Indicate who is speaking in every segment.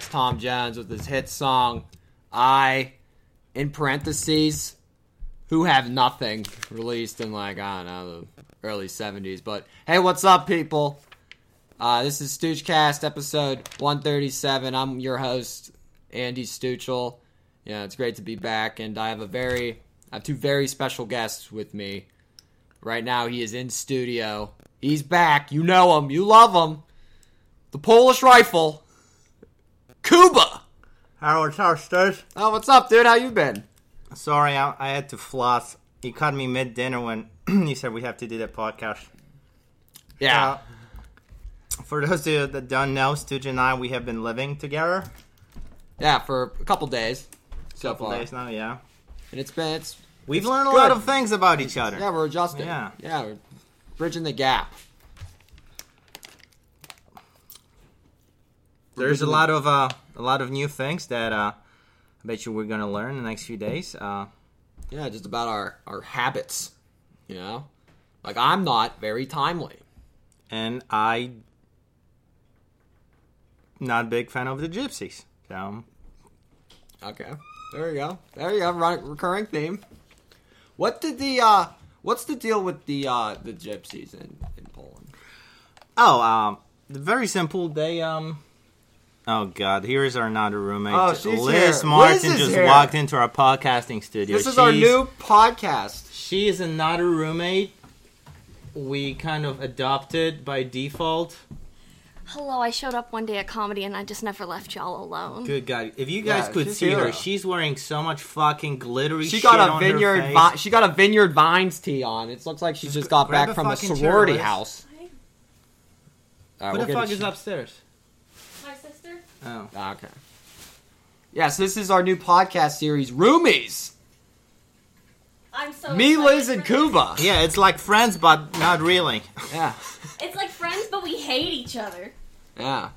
Speaker 1: Tom Jones with his hit song I in parentheses who have nothing released in like I don't know the early 70s but hey what's up people uh, this is Stoochcast episode 137 I'm your host Andy Stoochel yeah it's great to be back and I have a very I have two very special guests with me right now he is in studio he's back you know him you love him the Polish rifle Cuba
Speaker 2: Howard Starsters.
Speaker 1: oh what's up dude how you been
Speaker 2: Sorry, I, I had to floss. He caught me mid dinner when he said we have to do that podcast.
Speaker 1: yeah
Speaker 2: Uh, for those who- that don't know, Stooge and I, we have been living together
Speaker 1: Yeah, for a couple days so
Speaker 2: for
Speaker 1: far,
Speaker 2: days now, yeah.
Speaker 1: and it's been it's
Speaker 2: We've learned a
Speaker 1: good.
Speaker 2: lot of things about each other.
Speaker 1: yeah we're adjusting.
Speaker 2: Yeah.
Speaker 1: yeah, we're bridging the gap.
Speaker 2: There's a lot of uh, a lot of new things that uh, I bet you we're gonna learn in the next few days. Uh,
Speaker 1: Yeah, just about our our habits. You know, like I'm not very timely.
Speaker 2: and I not big fan of the gypsies. So
Speaker 1: Okay, there you go. There you go. Re- recurring theme. What did the uh? What's the deal with the uh the gypsies in in Poland?
Speaker 2: Oh, um, very simple. They um. Oh God, here is our another roommate.
Speaker 1: Oh, she's
Speaker 2: Liz
Speaker 1: here.
Speaker 2: Martin
Speaker 1: Liz is
Speaker 2: just
Speaker 1: here.
Speaker 2: walked into our podcasting studio.
Speaker 1: This is our
Speaker 2: She's-
Speaker 1: new podcast.
Speaker 2: She is another roommate. We kind of adopted by default.
Speaker 3: Hello, I showed up one day at comedy and I just never left y'all alone.
Speaker 2: Good God! If you guys
Speaker 1: Yeah,
Speaker 2: could
Speaker 1: she's
Speaker 2: see her,
Speaker 1: here.
Speaker 2: she's wearing so much fucking glittery.
Speaker 1: She
Speaker 2: shit
Speaker 1: got a
Speaker 2: on her
Speaker 1: vineyard.
Speaker 2: face.
Speaker 1: Vi- she got a vineyard vines tee on. It looks like she just got
Speaker 2: grab
Speaker 1: back
Speaker 2: a
Speaker 1: from a
Speaker 2: fucking chair,
Speaker 1: sorority
Speaker 2: Liz.
Speaker 1: house. All right,
Speaker 2: Who
Speaker 1: we'll
Speaker 2: the
Speaker 1: get a
Speaker 2: fuck is
Speaker 1: chair.
Speaker 2: upstairs?
Speaker 3: My sister?
Speaker 2: Oh,
Speaker 1: Ah, Okay. Yeah, so this is our new podcast series, Roomies.
Speaker 3: I'm so
Speaker 1: Me,
Speaker 3: excited
Speaker 1: Liz,
Speaker 3: for
Speaker 1: and
Speaker 3: this.
Speaker 1: Cuba.
Speaker 2: yeah, it's like friends, but not really.
Speaker 1: Yeah.
Speaker 3: It's like friends, but we hate each other.
Speaker 1: Yeah.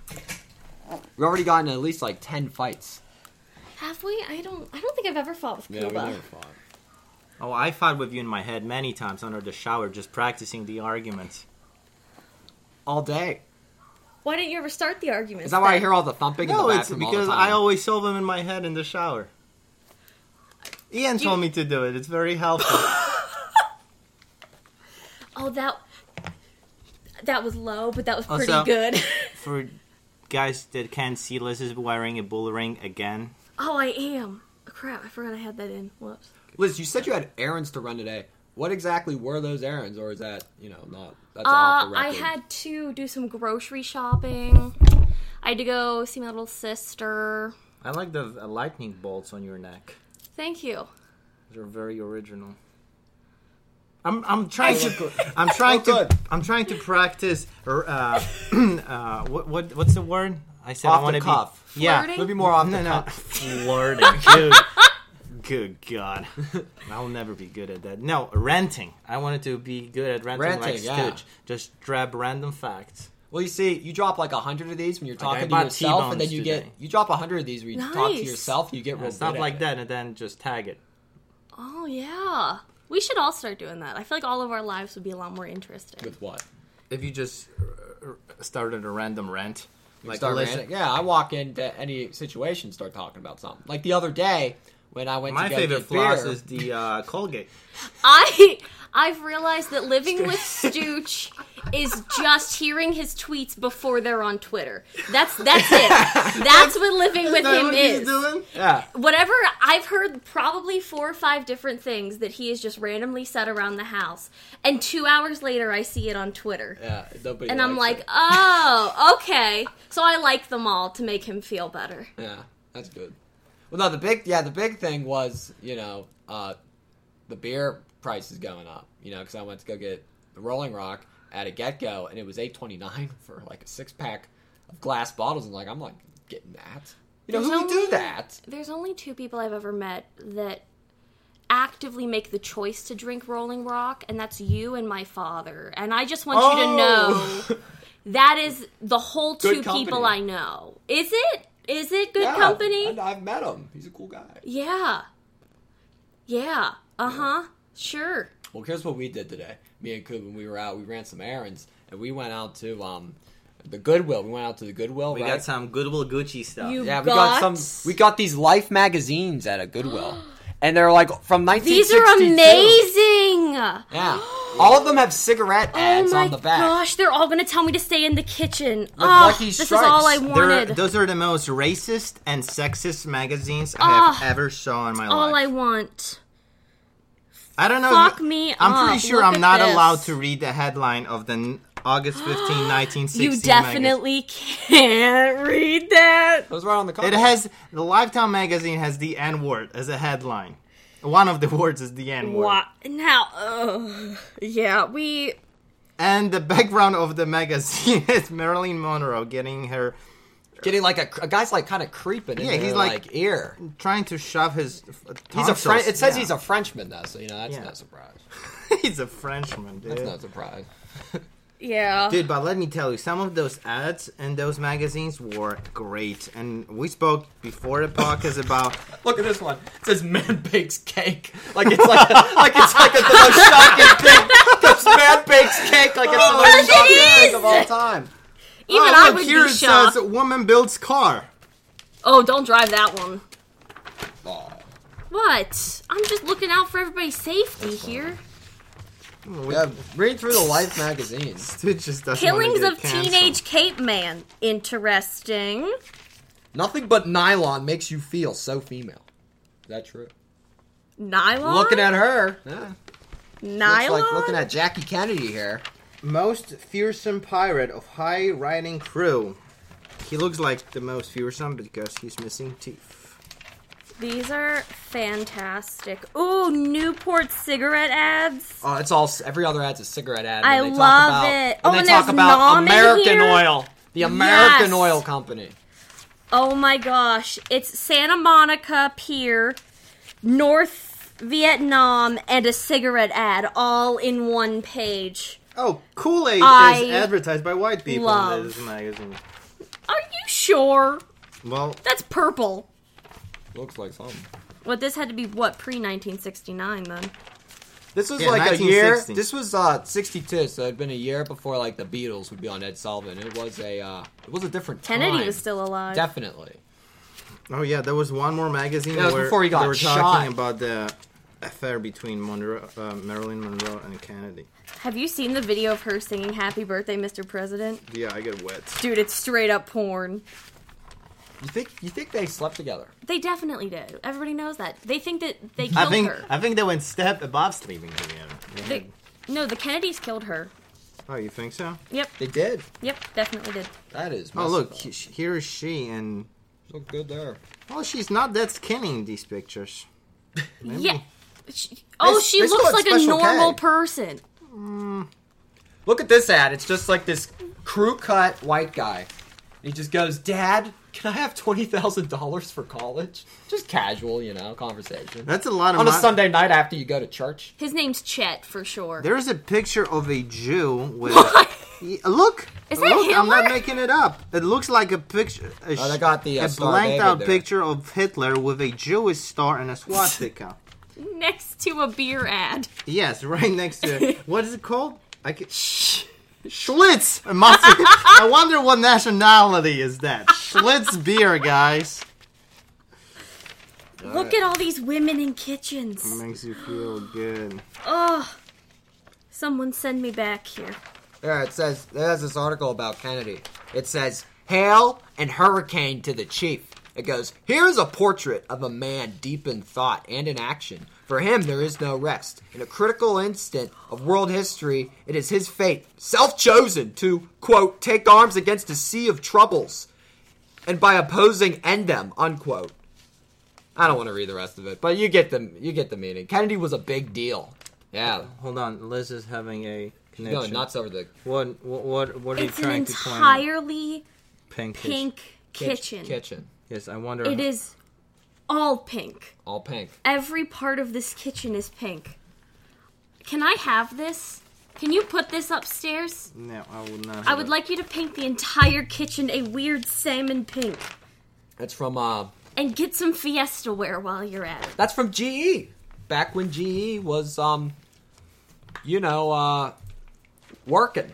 Speaker 1: We've already gotten at least like 10 fights.
Speaker 3: Have we? I don't I don't think I've ever fought with Cuba.
Speaker 1: fought.
Speaker 2: Oh, I fought with you in my head many times under the shower, just practicing the arguments.
Speaker 1: All day.
Speaker 3: why didn't you ever start the argument?
Speaker 1: Is that why I hear all the thumping in
Speaker 2: No,
Speaker 1: the
Speaker 2: it's
Speaker 1: bathroom
Speaker 2: because
Speaker 1: all the
Speaker 2: I
Speaker 1: time?
Speaker 2: always solve them in my head in the shower. Ian
Speaker 3: You-
Speaker 2: told me to do it. It's very helpful.
Speaker 3: Oh that that was low, but that was
Speaker 1: Oh,
Speaker 3: pretty
Speaker 2: Also-
Speaker 3: good.
Speaker 2: For guys that can't see, Liz is wearing a bull ring again.
Speaker 3: oh I am. Oh, crap, I forgot I had that in. Whoops.
Speaker 1: Liz, you said you had errands to run today. What exactly were those errands, or is that, you know, not. That's off
Speaker 3: Uh,
Speaker 1: the
Speaker 3: I
Speaker 1: record.
Speaker 3: had to do some grocery shopping. I had to go see my little sister.
Speaker 2: I like the uh, lightning bolts on your neck.
Speaker 3: Thank you.
Speaker 2: They're very original. I'm I'm trying to I'm trying
Speaker 1: Oh,
Speaker 2: to
Speaker 1: good.
Speaker 2: I'm trying to practice. or, Uh, uh, what what what's the word? I said I
Speaker 1: Off
Speaker 2: want
Speaker 1: the
Speaker 2: to
Speaker 1: cuff.
Speaker 2: Be, yeah,
Speaker 3: Flirting?
Speaker 1: Maybe more off
Speaker 2: no,
Speaker 1: the
Speaker 2: no.
Speaker 1: cuff.
Speaker 2: Flirting. Good. good God. I'll never be good at that. No, renting. I wanted to be good at renting,
Speaker 1: Renting,
Speaker 2: like
Speaker 1: yeah.
Speaker 2: Stitch. Just grab random facts.
Speaker 1: Well, you see, you drop like a hundred of these when you're
Speaker 2: Like, I
Speaker 1: talking
Speaker 2: bought
Speaker 1: to yourself, and then
Speaker 2: T-bones
Speaker 1: you
Speaker 2: today.
Speaker 1: get you drop a hundred of these where you talk to
Speaker 3: Nice.
Speaker 1: yourself, and you get real
Speaker 2: Stuff
Speaker 1: good at
Speaker 2: like
Speaker 1: it.
Speaker 2: that and then just tag it.
Speaker 3: Oh yeah. We should all start doing that. I feel like all of our lives would be a lot more interesting.
Speaker 1: With what?
Speaker 2: If you just uh, started a random rent. Like
Speaker 1: start ranting. Yeah, I walk into any situation, start talking about something. Like the other day when I went to
Speaker 2: My
Speaker 1: go
Speaker 2: favorite
Speaker 1: get
Speaker 2: floss
Speaker 1: beer,
Speaker 2: is the uh, Colgate.
Speaker 3: I I've realized that living with Stooch is just hearing his tweets before they're on Twitter. That's that's it. That's what living with him is.
Speaker 1: yeah,
Speaker 3: Whatever I've heard probably four or five different things that he has just randomly said around the house. And two hours later I see it on Twitter.
Speaker 1: yeah, uh, nobody
Speaker 3: And I'm like,
Speaker 1: likes it.
Speaker 3: oh, okay. So I like them all to make him feel better.
Speaker 1: yeah, that's good. Well, no, the big yeah, the big thing was you know uh, the beer price is going up. You know, because I went to go get the Rolling Rock at a Get Go, and it was eight twenty nine for like a six pack of glass bottles, and like I'm like getting that. You know,
Speaker 3: There's
Speaker 1: who would do
Speaker 3: only-
Speaker 1: that?
Speaker 3: There's only two people I've ever met that actively make the choice to drink Rolling Rock, and that's you and my father. And I just want you to know that is the whole
Speaker 1: Oh! Good
Speaker 3: two
Speaker 1: company.
Speaker 3: people I know. Is it? Is it good
Speaker 1: Yeah,
Speaker 3: company?
Speaker 1: I, I've met him. He's a cool guy.
Speaker 3: yeah. Yeah. Uh huh. Sure.
Speaker 1: Well, here's what we did today. Me and Coop, when we were out, we ran some errands, and we went out to um, the Goodwill. We went out to the Goodwill.
Speaker 2: We
Speaker 1: right?
Speaker 2: got some Goodwill Gucci stuff.
Speaker 3: You-
Speaker 1: Yeah, we got,
Speaker 3: Got-
Speaker 1: some. We got these Life magazines at a Goodwill, and they're like from 1962.
Speaker 3: These are amazing.
Speaker 1: Yeah, all of them have cigarette
Speaker 3: Oh
Speaker 1: ads
Speaker 3: my
Speaker 1: on the back.
Speaker 3: gosh, they're all gonna tell me to stay in the kitchen. Oh,
Speaker 1: Lucky
Speaker 3: this is
Speaker 1: Strikes.
Speaker 3: all I
Speaker 1: They're-
Speaker 2: They're-
Speaker 3: wanted.
Speaker 2: those are the most racist and sexist magazines I have
Speaker 3: Ah.
Speaker 2: ever saw in my
Speaker 3: all I
Speaker 2: life.
Speaker 3: want.
Speaker 2: I, don't know.
Speaker 3: Fuck me
Speaker 2: I'm
Speaker 3: up.
Speaker 2: pretty sure
Speaker 3: Look
Speaker 2: I'm
Speaker 3: at
Speaker 2: not
Speaker 3: this.
Speaker 2: allowed to read the headline of the n- August 15, 1960.
Speaker 3: You
Speaker 2: magazine.
Speaker 3: definitely can't read that.
Speaker 1: Those right on the cover.
Speaker 2: It has the Lifetime magazine has the N word as a headline. One of the words is the N word.
Speaker 3: What now? ugh. yeah, we.
Speaker 2: And the background of the magazine is Marilyn Monroe getting her
Speaker 1: getting like a, a guy's like kind of creeping.
Speaker 2: Yeah,
Speaker 1: in
Speaker 2: he's
Speaker 1: he's
Speaker 2: like-
Speaker 1: like, ear.
Speaker 2: trying to shove his. uh,
Speaker 1: He's a French. It says he's a Frenchman though, so you know that's
Speaker 2: Yeah.
Speaker 1: no surprise.
Speaker 2: a he's a Frenchman, dude.
Speaker 1: That's no surprise.
Speaker 3: Yeah.
Speaker 2: Dude, but let me tell you, some of those ads in those magazines were great. And we spoke before the podcast about
Speaker 1: Look at this one. It says "Man bakes cake." Like it's like like it's like the most shocking thing. This man bakes cake like it's the most
Speaker 3: look at
Speaker 1: shocking
Speaker 3: these!
Speaker 1: thing of all time.
Speaker 3: Oh, Even
Speaker 2: oh,
Speaker 3: I
Speaker 2: look,
Speaker 3: would
Speaker 2: here
Speaker 3: be
Speaker 2: it
Speaker 3: shocked.
Speaker 2: says woman builds car.
Speaker 3: oh, don't drive that one.
Speaker 1: Oh,
Speaker 3: What? I'm just looking out for everybody's safety here.
Speaker 1: Oh. yeah, read through the Life magazine.
Speaker 2: Dude just doesn't wanna
Speaker 3: Killings
Speaker 2: get
Speaker 3: of
Speaker 2: canceled.
Speaker 3: teenage Cape Man. Interesting.
Speaker 1: Nothing but nylon makes you feel so female. Is that true?
Speaker 3: Nylon.
Speaker 1: Looking at her. Yeah. Looks
Speaker 3: nylon.
Speaker 1: like looking at Jackie Kennedy here.
Speaker 2: Most fearsome pirate of high riding crew. He looks like the most fearsome because he's missing teeth.
Speaker 3: These are fantastic. Ooh, Newport cigarette ads.
Speaker 1: Oh, it's all s- every other ad's a cigarette ad.
Speaker 3: I
Speaker 1: when they
Speaker 3: love
Speaker 1: talk about,
Speaker 3: it.
Speaker 1: When
Speaker 3: Oh,
Speaker 1: they
Speaker 3: and
Speaker 1: talk
Speaker 3: there's
Speaker 1: about
Speaker 3: Nom in
Speaker 1: American
Speaker 3: here.
Speaker 1: Oil, the American
Speaker 3: Yes.
Speaker 1: Oil Company.
Speaker 3: Oh my gosh. It's Santa Monica Pier, North Vietnam, and a cigarette ad all in one page.
Speaker 2: Oh, Kool Aid
Speaker 3: I
Speaker 2: is advertised by white people
Speaker 3: love-
Speaker 2: in this magazine.
Speaker 3: Are you sure?
Speaker 2: Well,
Speaker 3: That's purple.
Speaker 1: Looks like something.
Speaker 3: Well, this had to be what pre 1969 then.
Speaker 1: This was
Speaker 2: Yeah,
Speaker 1: like a year.
Speaker 2: 1960.
Speaker 1: This was uh 62, so it'd been a year before like the Beatles would be on Ed Sullivan. It was a uh, it was a different time.
Speaker 3: Kennedy was still alive.
Speaker 1: definitely.
Speaker 2: oh yeah, there was one more magazine
Speaker 1: That was
Speaker 2: where
Speaker 1: before he got
Speaker 2: they were
Speaker 1: shot.
Speaker 2: talking about the affair between Monroe, uh, Marilyn Monroe and Kennedy.
Speaker 3: Have you seen the video of her singing "Happy Birthday, Mr. President"?
Speaker 2: Yeah, I get wet.
Speaker 3: Dude, it's straight up porn.
Speaker 1: You think you think they slept together?
Speaker 3: They definitely did. Everybody knows that. They think that they killed
Speaker 2: I think
Speaker 3: her.
Speaker 2: I think they went step above sleeping together. They
Speaker 3: They-
Speaker 2: had-
Speaker 3: no, the Kennedys killed her.
Speaker 2: oh, you think so?
Speaker 3: Yep,
Speaker 1: They did.
Speaker 3: yep, definitely did.
Speaker 1: That is.
Speaker 2: Oh
Speaker 1: messed
Speaker 2: look,
Speaker 1: up.
Speaker 2: he- here is she, and
Speaker 1: look good there.
Speaker 2: well, she's not that skinny in these pictures.
Speaker 3: Yeah. She, oh,
Speaker 1: They-
Speaker 3: she
Speaker 1: they still
Speaker 3: looks
Speaker 1: had
Speaker 3: like a
Speaker 1: Special
Speaker 3: normal
Speaker 1: K.
Speaker 3: person.
Speaker 1: Look at this ad. It's just like this crew cut white guy. He just goes, "Dad, can I have twenty thousand dollars for college?" Just casual, you know, conversation
Speaker 2: That's a lot of
Speaker 1: on a
Speaker 2: mon-
Speaker 1: Sunday night after you go to church.
Speaker 3: His name's Chet for sure.
Speaker 2: There is a picture of a Jew with. Y- Look,
Speaker 3: Is that
Speaker 2: look, I'm not
Speaker 3: Hitler?
Speaker 2: making it up. It looks like a picture. A, sh-
Speaker 1: they got the, uh,
Speaker 2: a
Speaker 1: Star
Speaker 2: blanked
Speaker 1: David
Speaker 2: out
Speaker 1: there.
Speaker 2: picture of Hitler with a Jewish star and a swastika.
Speaker 3: Next to a beer ad.
Speaker 2: yes, right next to what is it called? I can, Schlitz. I must- I wonder what nationality is that. Schlitz beer, guys.
Speaker 3: Look at all these women in kitchens.
Speaker 2: Makes you feel good.
Speaker 3: Oh, someone send me back here.
Speaker 1: There it says there's this article about Kennedy. It says hail and hurricane to the chief. It goes, here's a portrait of a man deep in thought and in action. For him, there is no rest. In a critical instant of world history, it is his fate, self chosen, to, quote, take arms against a sea of troubles and by opposing end them, unquote. I don't want to read the rest of it, but you get the, you get the meaning. Kennedy was a big deal. Yeah.
Speaker 2: Hold on, Liz is having a connection.
Speaker 1: Going nuts over the
Speaker 2: What? What? What, what are
Speaker 3: It's
Speaker 2: you
Speaker 3: an
Speaker 2: trying to point? out?
Speaker 3: entirely
Speaker 2: Pink. is-
Speaker 3: pink kitchen.
Speaker 1: Kitchen.
Speaker 2: Yes, I wonder.
Speaker 3: It is all pink.
Speaker 1: All pink.
Speaker 3: Every part of this kitchen is pink. Can I have this? Can you put this upstairs?
Speaker 2: No, I would not.
Speaker 3: I
Speaker 2: have
Speaker 3: would
Speaker 2: it.
Speaker 3: like you to paint the entire kitchen a weird salmon pink.
Speaker 1: That's from uh,
Speaker 3: And get some fiesta wear while you're at it.
Speaker 1: that's from GE. Back when GE was um, you know, uh, working.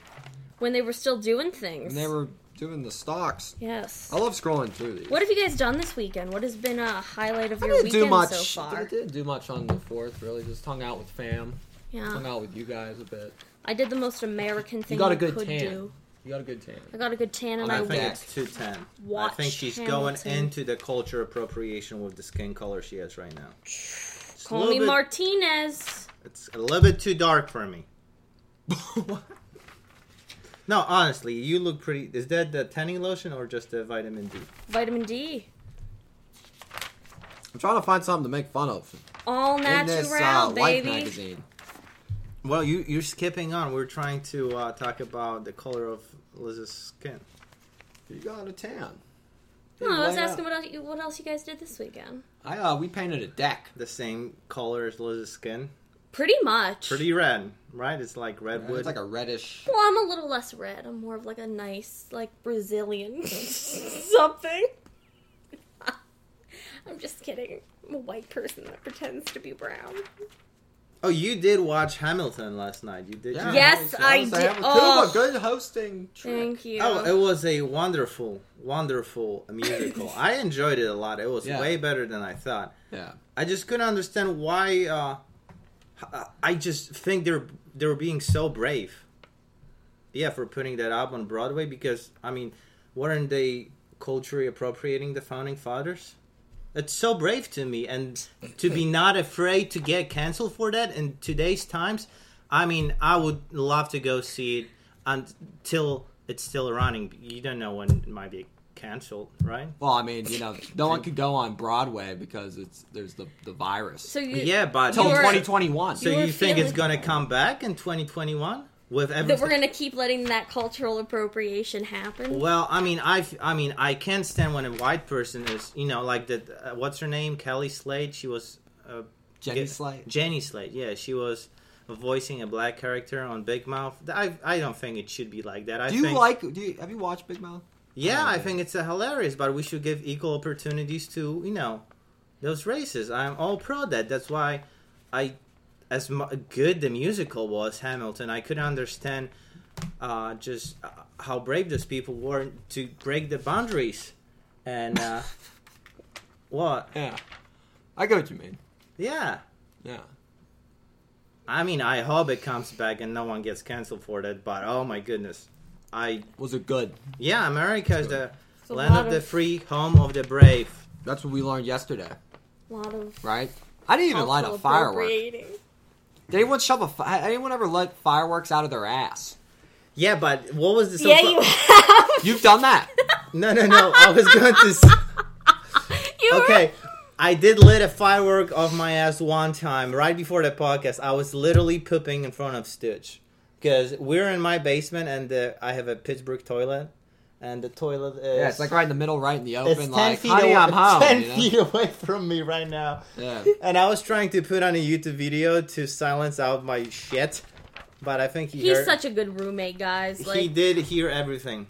Speaker 3: When they were still doing things.
Speaker 1: And they were doing the stocks.
Speaker 3: Yes.
Speaker 1: I love scrolling through these.
Speaker 3: What have you guys done this weekend? What has been a highlight of
Speaker 1: I
Speaker 3: your
Speaker 1: didn't
Speaker 3: weekend
Speaker 1: do much.
Speaker 3: so far?
Speaker 1: I didn't do much on the fourth. Really, just hung out with fam, hung
Speaker 3: Yeah,
Speaker 1: out with you guys a bit.
Speaker 3: I did the most American Uh-huh. thing
Speaker 1: You got a
Speaker 3: you
Speaker 1: good
Speaker 3: could
Speaker 1: tan.
Speaker 3: do.
Speaker 1: You got a good tan.
Speaker 3: I got a good tan and
Speaker 2: I
Speaker 3: I
Speaker 2: think
Speaker 1: wet.
Speaker 2: it's 210. I
Speaker 3: Watch
Speaker 2: think she's
Speaker 3: Hamilton.
Speaker 2: going into the culture appropriation with the skin color she has right now. It's a
Speaker 3: call
Speaker 2: little
Speaker 3: me
Speaker 2: bit-
Speaker 3: Martinez.
Speaker 2: It's a little bit too dark for me. No, honestly, you look pretty. Is that the tanning lotion or just the vitamin D?
Speaker 3: Vitamin D,
Speaker 1: I'm trying to find something to make fun of
Speaker 3: all
Speaker 1: in this
Speaker 3: natural,
Speaker 1: uh, Life
Speaker 3: baby.
Speaker 1: magazine.
Speaker 2: Well, you you're skipping on. We're trying to uh, talk about the color of Liz's skin.
Speaker 1: You got a tan.
Speaker 3: No, I was
Speaker 1: Why not?
Speaker 3: asking what else, you- what else you guys did this weekend.
Speaker 1: I uh, we painted a deck.
Speaker 2: The same color as Liz's skin.
Speaker 3: Pretty much.
Speaker 2: Pretty red, right? It's like
Speaker 1: Yeah,
Speaker 2: redwood.
Speaker 1: It's like a reddish.
Speaker 3: Well, I'm a little less red. I'm more of like a nice, like Brazilian something. I'm just kidding. I'm a white person that pretends to be brown.
Speaker 2: oh, you did watch Hamilton last night. You did. you?
Speaker 1: was-
Speaker 3: Yes, I
Speaker 1: was
Speaker 3: did-
Speaker 1: having-
Speaker 3: oh.
Speaker 1: Cuba, good hosting trick.
Speaker 3: Thank you.
Speaker 2: Oh, it was a wonderful, wonderful musical. I enjoyed it a lot. It was
Speaker 1: Yeah.
Speaker 2: way better than I thought.
Speaker 1: Yeah.
Speaker 2: I just couldn't understand why. Uh, h- I just think they're they were being so brave. Yeah, for putting that up on Broadway because I mean, weren't they culturally appropriating the founding fathers? It's so brave to me, and to be not afraid to get canceled for that in today's times. I mean, I would love to go see it until it's still running. You don't know when it might be canceled, right?
Speaker 1: Well, I mean, you know, no one could go on Broadway because it's there's the the virus.
Speaker 3: so you,
Speaker 2: Yeah, but
Speaker 1: Till
Speaker 3: You were-
Speaker 1: 2021.
Speaker 2: So you,
Speaker 3: You were
Speaker 2: think it's
Speaker 3: feeling-
Speaker 2: gonna come back in 2021 with
Speaker 3: that we're
Speaker 2: everything?
Speaker 3: gonna keep letting that cultural appropriation happen.
Speaker 2: Well, I mean, I I mean, I can't stand when a white person is, you know, like that. Uh, what's her name? Kelly Slade. She was uh,
Speaker 1: Jenny
Speaker 2: ge-
Speaker 1: Slate.
Speaker 2: Jenny Slade. Yeah, she was voicing a black character on Big Mouth. I I don't think it should be like that. I
Speaker 1: Do you
Speaker 2: think,
Speaker 1: like? Do you have you watched Big Mouth?
Speaker 2: Yeah,
Speaker 1: I
Speaker 2: I
Speaker 1: don't
Speaker 2: think it's uh, hilarious, but we should give equal opportunities to you know those races. I'm all pro that. That's why I, as mu- good the musical was Hamilton, I could understand uh, just uh, how brave those people were to break the boundaries. And uh, what?
Speaker 1: Yeah. I get what you mean.
Speaker 2: Yeah,
Speaker 1: Yeah.
Speaker 2: I mean, I hope it comes back and no one gets canceled for that. But oh my goodness, I
Speaker 1: Was it good?
Speaker 2: yeah, America is the
Speaker 3: a
Speaker 2: land
Speaker 3: lot
Speaker 2: of the
Speaker 3: of-
Speaker 2: free, home of the brave.
Speaker 1: That's what we learned yesterday,
Speaker 3: A lot of
Speaker 1: right? I didn't even light
Speaker 3: cultural
Speaker 1: a firework. Did
Speaker 3: appropriating.
Speaker 1: anyone shove a? Fi- had anyone ever let fireworks out of their ass?
Speaker 2: Yeah, but what was the
Speaker 3: Yeah,
Speaker 2: surpri-
Speaker 3: you have.
Speaker 1: You've done that.
Speaker 2: No, no, no. I was going to. s-
Speaker 3: You were-
Speaker 2: Okay, I did lit a firework off my ass one time right before the podcast. I was literally pooping in front of Stitch because we're in my basement and the, I have a Pittsburgh toilet, and the toilet is
Speaker 1: yeah, it's like right in the middle, right in the
Speaker 2: it's
Speaker 1: open.
Speaker 2: ten
Speaker 1: Like,
Speaker 2: feet
Speaker 1: honey,
Speaker 2: away,
Speaker 1: I'm home.
Speaker 2: ten
Speaker 1: you know?
Speaker 2: feet away from me right now.
Speaker 1: Yeah.
Speaker 2: And I was trying to put on a YouTube video to silence out my shit, but I think he
Speaker 3: He's
Speaker 2: heard.
Speaker 3: such a good roommate, guys. Like,
Speaker 2: he did hear everything.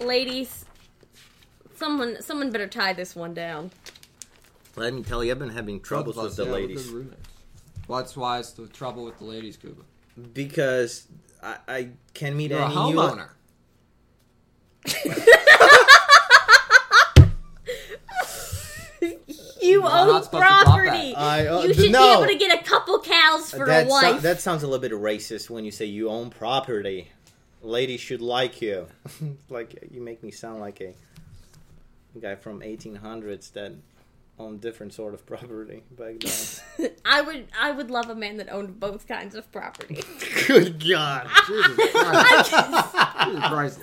Speaker 3: ladies, someone, someone better tie this one down.
Speaker 2: Let me tell you, I've been having troubles with the
Speaker 1: Yeah, we're good
Speaker 2: ladies.
Speaker 1: roommates. Well, that's why it's the trouble with the ladies, Cuba.
Speaker 2: because I, I can meet
Speaker 1: You're a
Speaker 2: any
Speaker 1: homeowner.
Speaker 3: You
Speaker 1: I'm not
Speaker 3: own
Speaker 1: supposed to drop
Speaker 3: property.
Speaker 1: that.
Speaker 2: I, uh,
Speaker 3: you should
Speaker 2: no.
Speaker 3: be able to get a couple cows for
Speaker 2: that,
Speaker 3: a
Speaker 2: so-
Speaker 3: wife.
Speaker 2: that sounds a little bit racist when you say you own property. Ladies should like you. like you make me sound like a guy from 1800s that owned different sort of property back then.
Speaker 3: I would, I would love a man that owned both kinds of property.
Speaker 2: Good God!
Speaker 1: Jesus Christ. Jesus Christ.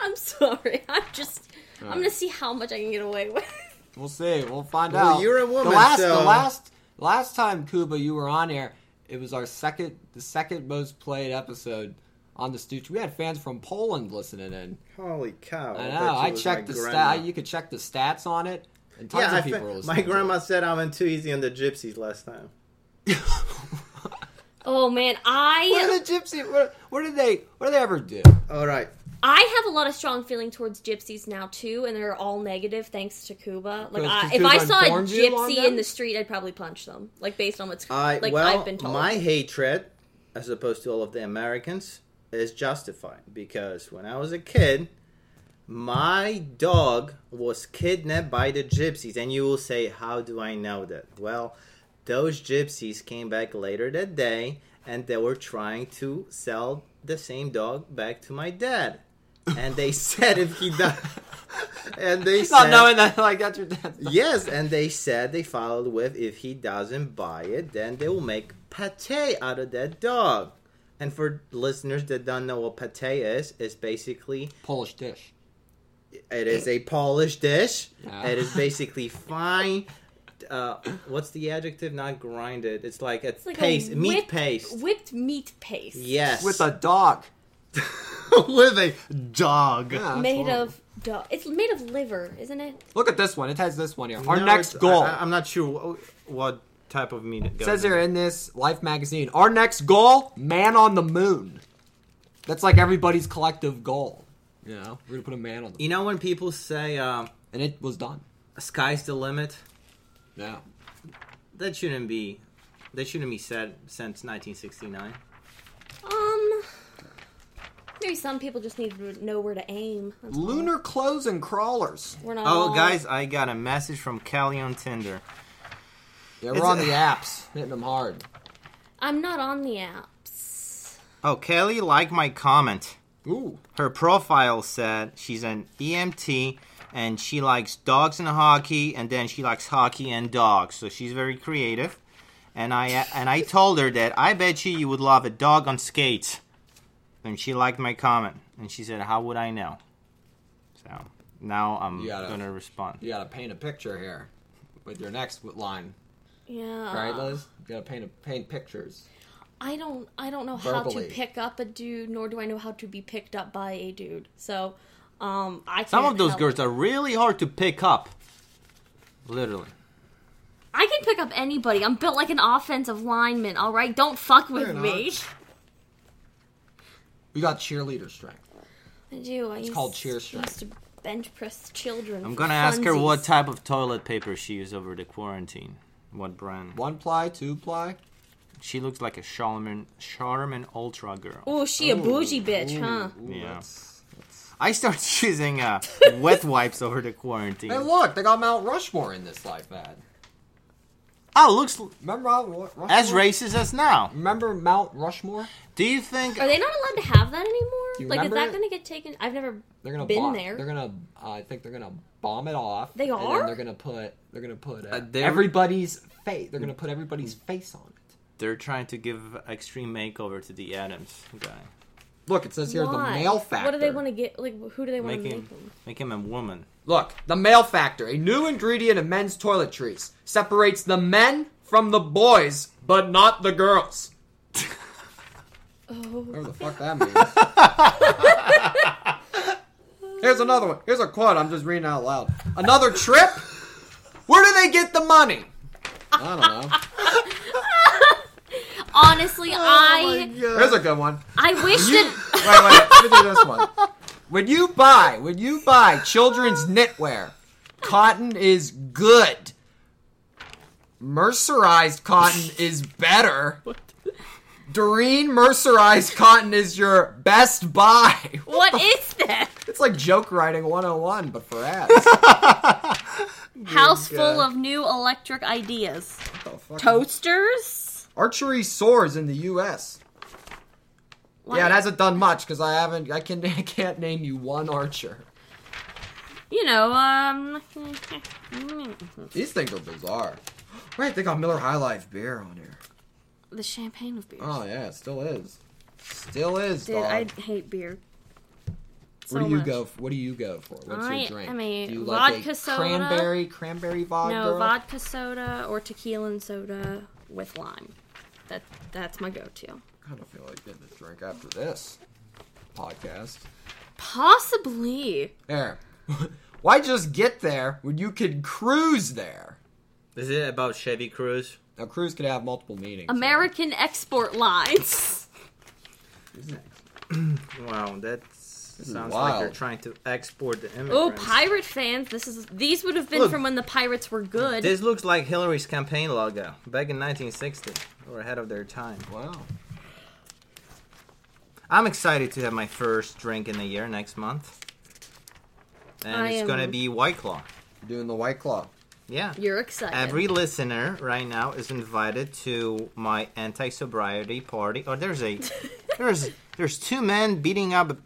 Speaker 3: I'm sorry. I'm just, I'm
Speaker 1: Alright.
Speaker 3: gonna see how much I can get away with.
Speaker 1: We'll see. We'll find
Speaker 2: Well,
Speaker 1: out.
Speaker 2: you're a woman,
Speaker 1: The last,
Speaker 2: so-
Speaker 1: the last, last time Cuba, you were on air. It was our second, the second most played episode on the Stooge. We had fans from Poland listening in.
Speaker 2: Holy
Speaker 1: I
Speaker 2: cow! Oh, bet
Speaker 1: know.
Speaker 2: you
Speaker 1: I
Speaker 2: it was
Speaker 1: checked
Speaker 2: my
Speaker 1: the
Speaker 2: grandma.
Speaker 1: stat. You could check the stats on it, and tons
Speaker 2: yeah, I
Speaker 1: of people
Speaker 2: fe-
Speaker 1: were listening.
Speaker 2: my
Speaker 1: to
Speaker 2: grandma said I went too easy on the gypsies last time.
Speaker 1: it.
Speaker 3: Oh man,
Speaker 1: what
Speaker 3: I,
Speaker 1: did the gypsy? What, what did they? What did they ever do?
Speaker 2: All right.
Speaker 3: I have a lot of strong feeling towards gypsies now too, and they're all negative thanks to Cuba. Like,
Speaker 1: Because
Speaker 3: I, if
Speaker 1: Cuba
Speaker 3: I saw a
Speaker 1: informed you on
Speaker 3: gypsy
Speaker 1: them?
Speaker 3: in the street, I'd probably punch them. Like based on what's
Speaker 2: I
Speaker 3: like
Speaker 2: well,
Speaker 3: I've been told.
Speaker 2: my hatred, as opposed to all of the Americans, is justified because when I was a kid, my dog was kidnapped by the gypsies. And you will say, How do I know that? Well, those gypsies came back later that day and they were trying to sell the same dog back to my dad. And they said if he died. and they
Speaker 1: Not
Speaker 2: said.
Speaker 1: knowing that, like that's your dad's. dog.
Speaker 2: Yes, and they said they followed with if he doesn't buy it, then they will make pate out of that dog. And for listeners that don't know what pate is, it's basically
Speaker 1: Polish dish.
Speaker 2: it is a Polish dish.
Speaker 1: Yeah.
Speaker 2: It is basically fine. Uh, what's the adjective? Not grinded. It's like a
Speaker 3: It's like a
Speaker 2: paste, meat
Speaker 3: whipped-
Speaker 2: paste.
Speaker 3: Whipped meat paste.
Speaker 2: Yes,
Speaker 1: With a dog.
Speaker 2: with a dog.
Speaker 1: Yeah, that's
Speaker 3: Made
Speaker 1: horrible.
Speaker 3: of dog. It's made of liver, isn't it?
Speaker 1: Look at this one. It has this one here. Our
Speaker 2: No,
Speaker 1: next
Speaker 2: it's-
Speaker 1: goal.
Speaker 2: I, am not sure what, what type of meat it
Speaker 1: It
Speaker 2: goes
Speaker 1: says
Speaker 2: in.
Speaker 1: here in this Life magazine, our next goal, man on the moon. That's like everybody's collective goal. You know, we're gonna put a man on the moon.
Speaker 2: You know when people say um,
Speaker 1: And it was done.
Speaker 2: "sky's the limit."
Speaker 1: Yeah.
Speaker 2: That shouldn't be. That shouldn't be said since 1969.
Speaker 3: Um. Maybe some people just need to know where to aim. That's all.
Speaker 1: Lunar clothes and crawlers.
Speaker 3: We're not.
Speaker 2: Oh,
Speaker 3: all-
Speaker 2: guys, I got a message from Callie on Tinder.
Speaker 1: Yeah,
Speaker 2: It's
Speaker 1: we're on
Speaker 2: a-
Speaker 1: the apps, hitting them hard.
Speaker 3: I'm not on the apps.
Speaker 2: Oh, Kelly liked my comment.
Speaker 1: Ooh.
Speaker 2: Her profile said she's an EMT and she likes dogs and hockey, and then she likes hockey and dogs. So she's very creative. And I and I told her that I bet you you would love a dog on skates. And she liked my comment, and she said, "How would I know?" So now I'm
Speaker 1: You gotta-
Speaker 2: gonna respond.
Speaker 1: You gotta paint a picture here with your next w- line.
Speaker 3: Yeah.
Speaker 1: Right, Liz? You gotta paint a, paint pictures.
Speaker 3: I don't I don't know how
Speaker 1: Verbally.
Speaker 3: to pick up a dude, nor do I know how to be picked up by a dude. So, um, I can't
Speaker 2: Some of those
Speaker 3: help.
Speaker 2: girls are really hard to pick up. Literally.
Speaker 3: I can pick up anybody. I'm built like an offensive lineman. All right, don't fuck with
Speaker 1: Fair
Speaker 3: me.
Speaker 1: We got cheerleader strength.
Speaker 3: I do. I it's used,
Speaker 1: called cheer
Speaker 3: I used
Speaker 1: strength.
Speaker 3: to bench press children.
Speaker 2: I'm
Speaker 3: for
Speaker 2: gonna ask her what
Speaker 3: funsies.
Speaker 2: type of toilet paper she used over the quarantine. What brand?
Speaker 1: One ply, two ply.
Speaker 2: She looks like a Charmin, Charmin Ultra girl.
Speaker 3: Oh, she a bougie bitch, huh?
Speaker 1: Ooh,
Speaker 2: Yeah.
Speaker 1: that's-
Speaker 2: I started using uh, wet wipes over the quarantine.
Speaker 1: Hey, look, they got Mount Rushmore in this life ad.
Speaker 2: Oh, looks l-
Speaker 1: Remember how Rushmore?
Speaker 2: as racist as now.
Speaker 1: Remember Mount Rushmore?
Speaker 2: Do you think?
Speaker 3: Are they not allowed to have that anymore?
Speaker 1: You
Speaker 3: like, is
Speaker 1: remember it?
Speaker 3: that gonna get taken? I've never.
Speaker 1: They're gonna
Speaker 3: Been
Speaker 1: bomb,
Speaker 3: there.
Speaker 1: They're gonna. Uh, I think they're gonna bomb it off.
Speaker 3: They
Speaker 1: and then
Speaker 3: are?
Speaker 1: they're gonna put. They're gonna put uh,
Speaker 2: Uh, they're-
Speaker 1: everybody's face. They're gonna put everybody's face on it.
Speaker 2: They're trying to give extreme makeover to the Adams guy,
Speaker 1: Look, it says here the
Speaker 3: Why?
Speaker 1: male factor.
Speaker 3: What do they want to get? Like, who do they want to
Speaker 2: make
Speaker 3: make
Speaker 2: him,
Speaker 3: them?
Speaker 2: make him a woman.
Speaker 1: Look, the male factor, a new ingredient in men's toiletries, separates the men from the boys, but not the girls.
Speaker 3: Oh,
Speaker 1: Whatever the fuck that means. Here's another one. Here's a quote I'm just reading out loud. Another trip? Where do they get the money? I don't know.
Speaker 3: honestly,
Speaker 1: Oh
Speaker 3: I
Speaker 1: Here's a good one.
Speaker 3: I wish that.
Speaker 1: Wait, wait, let me do this one. When you buy, when you buy children's knitwear, cotton is good. Mercerized cotton is better. Doreen mercerized cotton is your best buy.
Speaker 3: What is that?
Speaker 1: It's like joke writing 101, but for ads. What
Speaker 3: House full
Speaker 1: God.
Speaker 3: of new electric ideas.
Speaker 1: the fuck?
Speaker 3: Toasters?
Speaker 1: Archery soars in the U.S.
Speaker 3: What?
Speaker 1: Yeah, it hasn't done much because I haven't. I can. I can't name you one archer.
Speaker 3: You know, um.
Speaker 1: These things are bizarre. Wait, they got Miller High Life beer on here.
Speaker 3: the champagne of beer.
Speaker 1: Oh yeah, it still is. Still is,
Speaker 3: Dude,
Speaker 1: dog.
Speaker 3: I hate beer. So
Speaker 1: what do you
Speaker 3: much.
Speaker 1: go? f- What do you go for? What's
Speaker 3: I
Speaker 1: your drink?
Speaker 3: am a
Speaker 1: do you like
Speaker 3: vodka
Speaker 1: a
Speaker 3: soda.
Speaker 1: cranberry, cranberry vodka?
Speaker 3: No, vodka soda or tequila and soda with lime. That That's my go to.
Speaker 1: I kind of feel like getting a drink after this podcast.
Speaker 3: Possibly.
Speaker 1: There. Why just get there when you can cruise there?
Speaker 2: Is it about Chevy Cruise?
Speaker 1: Now, cruise could have multiple meanings.
Speaker 3: American export lines.
Speaker 2: Wow, that sounds like
Speaker 1: wild.
Speaker 2: they're trying to export the immigrants.
Speaker 3: Oh, pirate fans! This is these would have been
Speaker 2: Look.
Speaker 3: from when the pirates were good.
Speaker 2: This looks like Hillary's campaign logo back in 1960. They were ahead of their time.
Speaker 1: Wow.
Speaker 2: I'm excited to have my first drink in the year next month, and
Speaker 3: I
Speaker 2: it's
Speaker 3: am-
Speaker 2: gonna be White Claw.
Speaker 1: Doing the White Claw.
Speaker 2: Yeah.
Speaker 3: You're excited.
Speaker 2: Every listener right now is invited to my anti-sobriety party. Or there's a there's there's two men beating up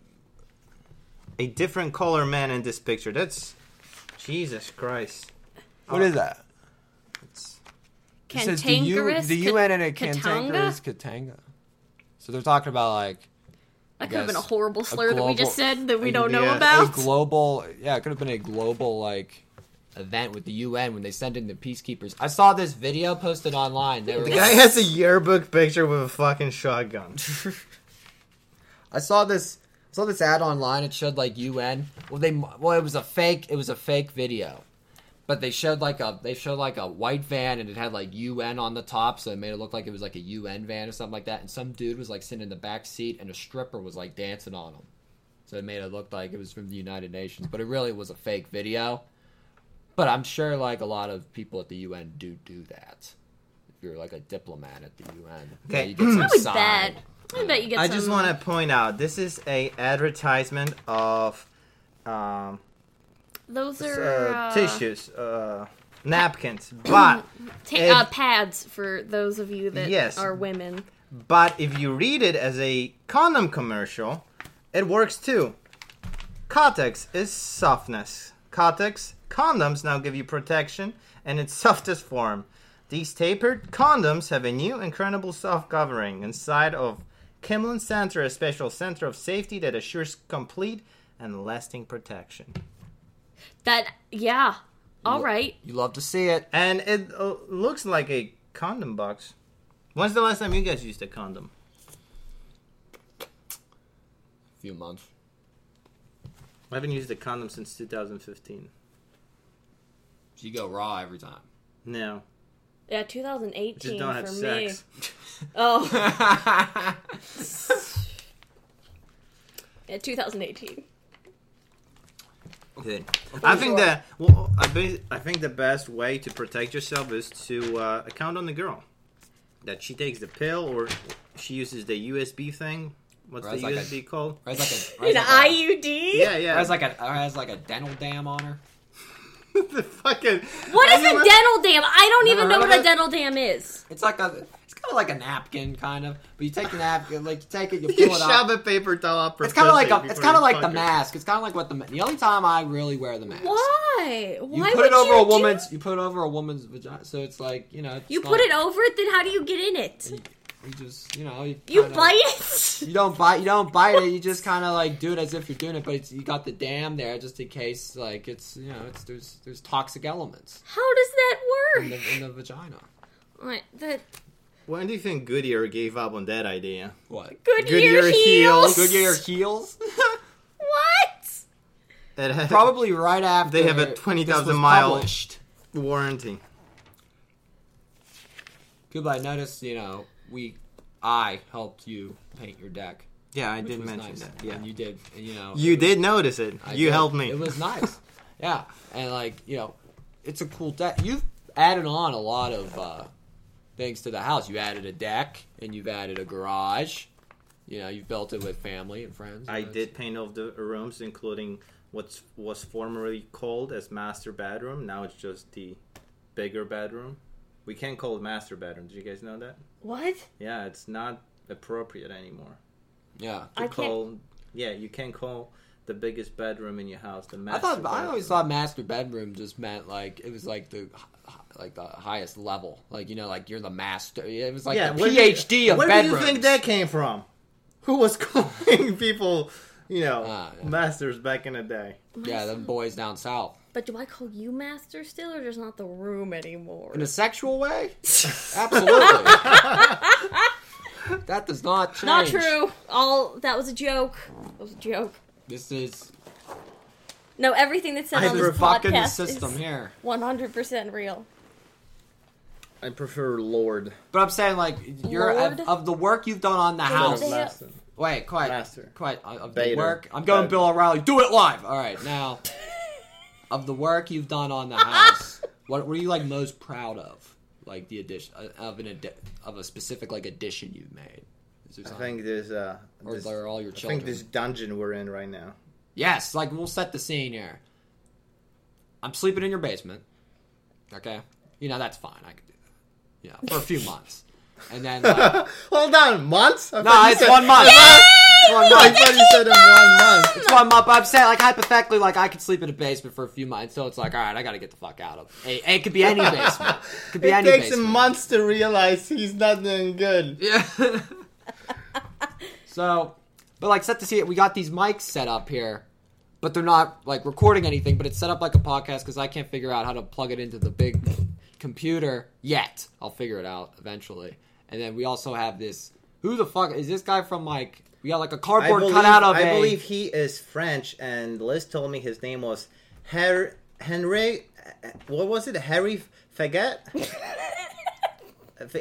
Speaker 2: a different color man in this picture. That's Jesus Christ.
Speaker 4: What is that?
Speaker 2: It's,
Speaker 4: It says the, U,
Speaker 3: Cantankerous
Speaker 4: the
Speaker 3: Ca-
Speaker 4: UN and a
Speaker 3: Katanga?
Speaker 4: cantankerous Katanga. So they're talking about like
Speaker 3: That could have been a
Speaker 4: guess,
Speaker 3: horrible slur that we just
Speaker 4: global-
Speaker 3: said that we
Speaker 4: a-
Speaker 3: don't know
Speaker 4: yeah,
Speaker 3: about.
Speaker 4: A global, yeah, it could have been a global like.
Speaker 1: Event with the UN when they send in the peacekeepers. I saw this video posted online. They were
Speaker 2: the
Speaker 1: like-
Speaker 2: guy has a yearbook picture with a fucking shotgun.
Speaker 1: I saw this I saw this ad online. It showed like UN. Well, they well it was a fake. It was a fake video, but they showed like a they showed like a white van and it had like UN on the top, so it made it look like it was like a UN van or something like that. And some dude was like sitting in the back seat and a stripper was like dancing on him, so it made it look like it was from the United Nations, but it really was a fake video. But I'm sure like a lot of people at the UN do do that. If you're like a diplomat at the UN,
Speaker 2: Okay.
Speaker 1: you get some
Speaker 3: I would
Speaker 1: side.
Speaker 3: bet. I bet you get.
Speaker 2: I just
Speaker 3: some-
Speaker 2: want to point out this is a advertisement of um,
Speaker 3: Those
Speaker 2: s-
Speaker 3: are
Speaker 2: uh,
Speaker 3: uh,
Speaker 2: tissues, uh, napkins, but
Speaker 3: ta-
Speaker 2: Egg-
Speaker 3: uh, pads for those of you that
Speaker 2: Yes.
Speaker 3: are women.
Speaker 2: But if you read it as a condom commercial, it works too. Cotex is softness. Cotex condoms now give you protection in its softest form. These tapered condoms have a new incredible soft covering inside of Kimlin Center, a special center of safety that assures complete and lasting protection.
Speaker 3: That yeah. All right.
Speaker 1: You love to see it.
Speaker 2: And it uh, looks like a condom box. When's the last time you guys used a condom?
Speaker 1: few months.
Speaker 2: I haven't used a condom since 2015.
Speaker 1: So you go raw every time.
Speaker 2: No.
Speaker 3: Yeah, 2018
Speaker 2: Just don't
Speaker 3: for
Speaker 2: have
Speaker 3: me.
Speaker 2: sex.
Speaker 3: Oh, yeah, 2018.
Speaker 2: Good. I think that well, I, be, I think the best way to protect yourself is to uh, count on the girl that she takes the pill or she uses the USB thing. What's
Speaker 1: Or
Speaker 2: the
Speaker 1: it's like a-
Speaker 2: USB called?
Speaker 1: Or has like a, or
Speaker 3: An
Speaker 1: has like a-
Speaker 3: IUD?
Speaker 2: Yeah,
Speaker 1: or
Speaker 2: yeah.
Speaker 1: has like a or has like a dental dam on her.
Speaker 2: the fucking.
Speaker 3: What is a
Speaker 2: Anyone-
Speaker 3: dental dam? I don't
Speaker 1: Never
Speaker 3: even know
Speaker 1: heard of
Speaker 3: what a
Speaker 1: it?
Speaker 3: dental dam is.
Speaker 1: It's like a it's kind of like a napkin kind of, but you take the napkin like you take it you
Speaker 2: You
Speaker 1: pull it up.
Speaker 2: shove a paper towel up. her
Speaker 1: It's kind of like
Speaker 2: pussy
Speaker 1: a, it's
Speaker 2: before
Speaker 1: kind of
Speaker 2: you
Speaker 1: like the
Speaker 2: fuck her.
Speaker 1: mask. It's kind of like what the ma- the only time I really wear the mask.
Speaker 3: Why?
Speaker 1: You
Speaker 3: Why
Speaker 1: put
Speaker 3: would
Speaker 1: it over
Speaker 3: you
Speaker 1: a
Speaker 3: do-
Speaker 1: woman's you put it over a woman's vagina, so it's like you know. It's
Speaker 3: You
Speaker 1: not-
Speaker 3: put it over it, then how do you get in it?
Speaker 1: You just you know you,
Speaker 3: You
Speaker 1: kinda-
Speaker 3: bite it?
Speaker 1: You don't bite. You don't bite it. You just kind of like do it as if you're doing it, but it's, you got the dam there just in case. Like it's you know it's there's there's toxic elements
Speaker 3: How does that
Speaker 1: in
Speaker 3: work?
Speaker 1: the, in the vagina.
Speaker 3: Right, that
Speaker 2: When do you think Goodyear gave up on that idea?
Speaker 1: What?
Speaker 3: good,
Speaker 2: Goodyear
Speaker 3: ear
Speaker 2: heels.
Speaker 3: heels.
Speaker 1: Goodyear heels.
Speaker 3: What?
Speaker 2: That had
Speaker 1: Probably right after
Speaker 2: They have a
Speaker 1: this was
Speaker 2: 20,000 mile-
Speaker 1: published.
Speaker 2: warranty.
Speaker 1: People, I noticed you know we I helped you paint your deck.
Speaker 2: Yeah, I
Speaker 1: which
Speaker 2: did
Speaker 1: was
Speaker 2: mention
Speaker 1: nice.
Speaker 2: that. Yeah,
Speaker 1: and
Speaker 2: you,
Speaker 1: you did. And, you know
Speaker 2: did notice it.
Speaker 1: I
Speaker 2: you
Speaker 1: did.
Speaker 2: helped me.
Speaker 1: It was nice. yeah, and like you know, it's a cool deck. You've added on a lot of uh, things to the house. You added a deck, and you've added a garage. You know, you've built it with family and friends.
Speaker 2: I
Speaker 1: and
Speaker 2: did paint all the rooms, including what's was formerly called as master bedroom. Now it's just the bigger bedroom. We can't call it master bedroom. Did you guys know that?
Speaker 3: What?
Speaker 2: Yeah, it's not appropriate anymore.
Speaker 1: that's- Yeah,
Speaker 2: To
Speaker 3: I can't-
Speaker 2: call, yeah, you can call the biggest bedroom in your house the
Speaker 1: I
Speaker 2: master.
Speaker 1: thought I
Speaker 2: bedroom.
Speaker 1: always thought master bedroom just meant like it was like the like the highest level, like you know, like you're the master. It was like
Speaker 2: yeah,
Speaker 1: the
Speaker 2: where do you-
Speaker 1: PhD of
Speaker 2: Where
Speaker 1: bedrooms.
Speaker 2: do you think that came from? Who was calling people, you know,
Speaker 1: Ah, yeah.
Speaker 2: masters back in the day?
Speaker 1: Yeah, them boys down south.
Speaker 3: But do I call you master still, or just not the room anymore?
Speaker 1: In a sexual way, absolutely. that does not change.
Speaker 3: Not true. All that was a joke. It was a joke.
Speaker 1: This is
Speaker 3: No, everything that's said
Speaker 2: I
Speaker 3: on
Speaker 1: we're
Speaker 3: this
Speaker 1: fucking the
Speaker 3: podcast
Speaker 1: system
Speaker 3: is
Speaker 1: here.
Speaker 3: one hundred percent real.
Speaker 2: I prefer Lord.
Speaker 1: But I'm saying, like, you're of,
Speaker 3: Lord.
Speaker 1: of the work you've done on the
Speaker 3: Lord.
Speaker 1: house.
Speaker 3: They-
Speaker 1: Wait, quiet,
Speaker 2: Master.
Speaker 1: quiet. Of of the
Speaker 2: Vader.
Speaker 1: work, I'm going
Speaker 2: Vader.
Speaker 1: Bill O'Reilly. Do it live. All right, now. of the work you've done on the house, what were you like uh, most proud of? Like the addition of an addi- of a specific like addition you've made Is there
Speaker 2: I
Speaker 1: something?
Speaker 2: think there's uh
Speaker 1: Or
Speaker 2: this-
Speaker 1: they're all your
Speaker 2: I think
Speaker 1: children.
Speaker 2: this dungeon we're in right now.
Speaker 1: Yes, like we'll set the scene here. I'm sleeping in your basement. Okay, you know that's fine. I could do that. Yeah, for a few months, and then like,
Speaker 2: Hold on, months? I thought
Speaker 1: no,
Speaker 2: you
Speaker 1: it's
Speaker 2: said-
Speaker 1: one month. It's one
Speaker 2: I
Speaker 1: month.
Speaker 2: thought you said in one month.
Speaker 1: It's one month. But I'm saying, like hypothetically, like I could sleep in a basement for a few months. So it's like, all right, I got to get the fuck out of. It, it could be any basement. It could be
Speaker 2: It
Speaker 1: any
Speaker 2: takes him
Speaker 1: basement.
Speaker 2: months to realize he's not doing good.
Speaker 1: Yeah. so, but like set to see it, we got these mics set up here, but they're not like recording anything. But it's set up like a podcast because I can't figure out how to plug it into the big computer yet. I'll figure it out eventually. And then we also have this. Who the fuck is this guy from? Like we got like a
Speaker 2: I
Speaker 1: cardboard
Speaker 2: believe,
Speaker 1: cutout of
Speaker 2: I
Speaker 1: a-
Speaker 2: believe he is French, and Liz told me his name was Her- Henry. What was it? Harry Faget?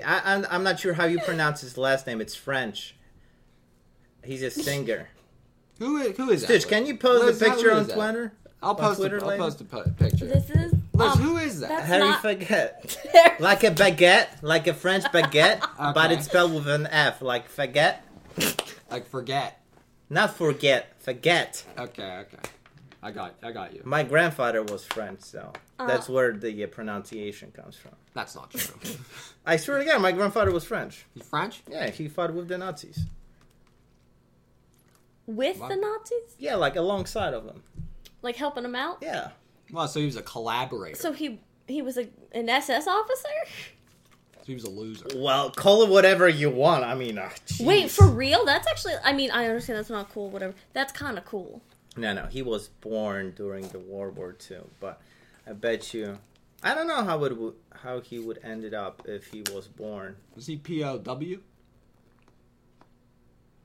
Speaker 2: I, I'm, I'm not sure how you pronounce his last name. It's French. He's a singer.
Speaker 1: Who is who is that?
Speaker 2: Stitch, can you post
Speaker 1: Liz,
Speaker 2: the
Speaker 1: how-
Speaker 2: picture
Speaker 1: who
Speaker 2: on
Speaker 1: is that?
Speaker 2: Twitter?
Speaker 1: I'll
Speaker 2: on
Speaker 1: post.
Speaker 2: Twitter
Speaker 1: a, I'll
Speaker 2: later?
Speaker 1: post a po- picture.
Speaker 3: This is
Speaker 1: Liz,
Speaker 3: um,
Speaker 1: who is that?
Speaker 3: that's-
Speaker 2: Harry
Speaker 3: not-
Speaker 2: Faget.
Speaker 3: there-
Speaker 2: Like a baguette, like a French baguette, but
Speaker 1: Okay.
Speaker 2: it's spelled with an F, like Faget.
Speaker 1: Like forget.
Speaker 2: Not forget, forget.
Speaker 1: Okay, okay. I got. I got you.
Speaker 2: My grandfather was French, so
Speaker 3: Ah.
Speaker 2: that's where the uh, pronunciation comes from.
Speaker 1: That's not true.
Speaker 2: I swear to God, my grandfather was French.
Speaker 1: you French?
Speaker 2: Yeah, he fought with the Nazis.
Speaker 3: with the Nazis,
Speaker 2: Yeah, like alongside of them.
Speaker 3: like helping them out.
Speaker 2: Yeah.
Speaker 1: Well, so he was a collaborator. So,
Speaker 3: So he he was a, an SS officer.
Speaker 1: he was a loser.
Speaker 2: Well, call it whatever you want. I mean, ah, jeez.
Speaker 3: Wait, for real? That's actually. I mean, I understand that's not cool. Whatever. That's kind of cool.
Speaker 2: No, no, he was born during the World War II, but I bet you, I don't know how it would, how he would ended up if he was born.
Speaker 1: Was he POW?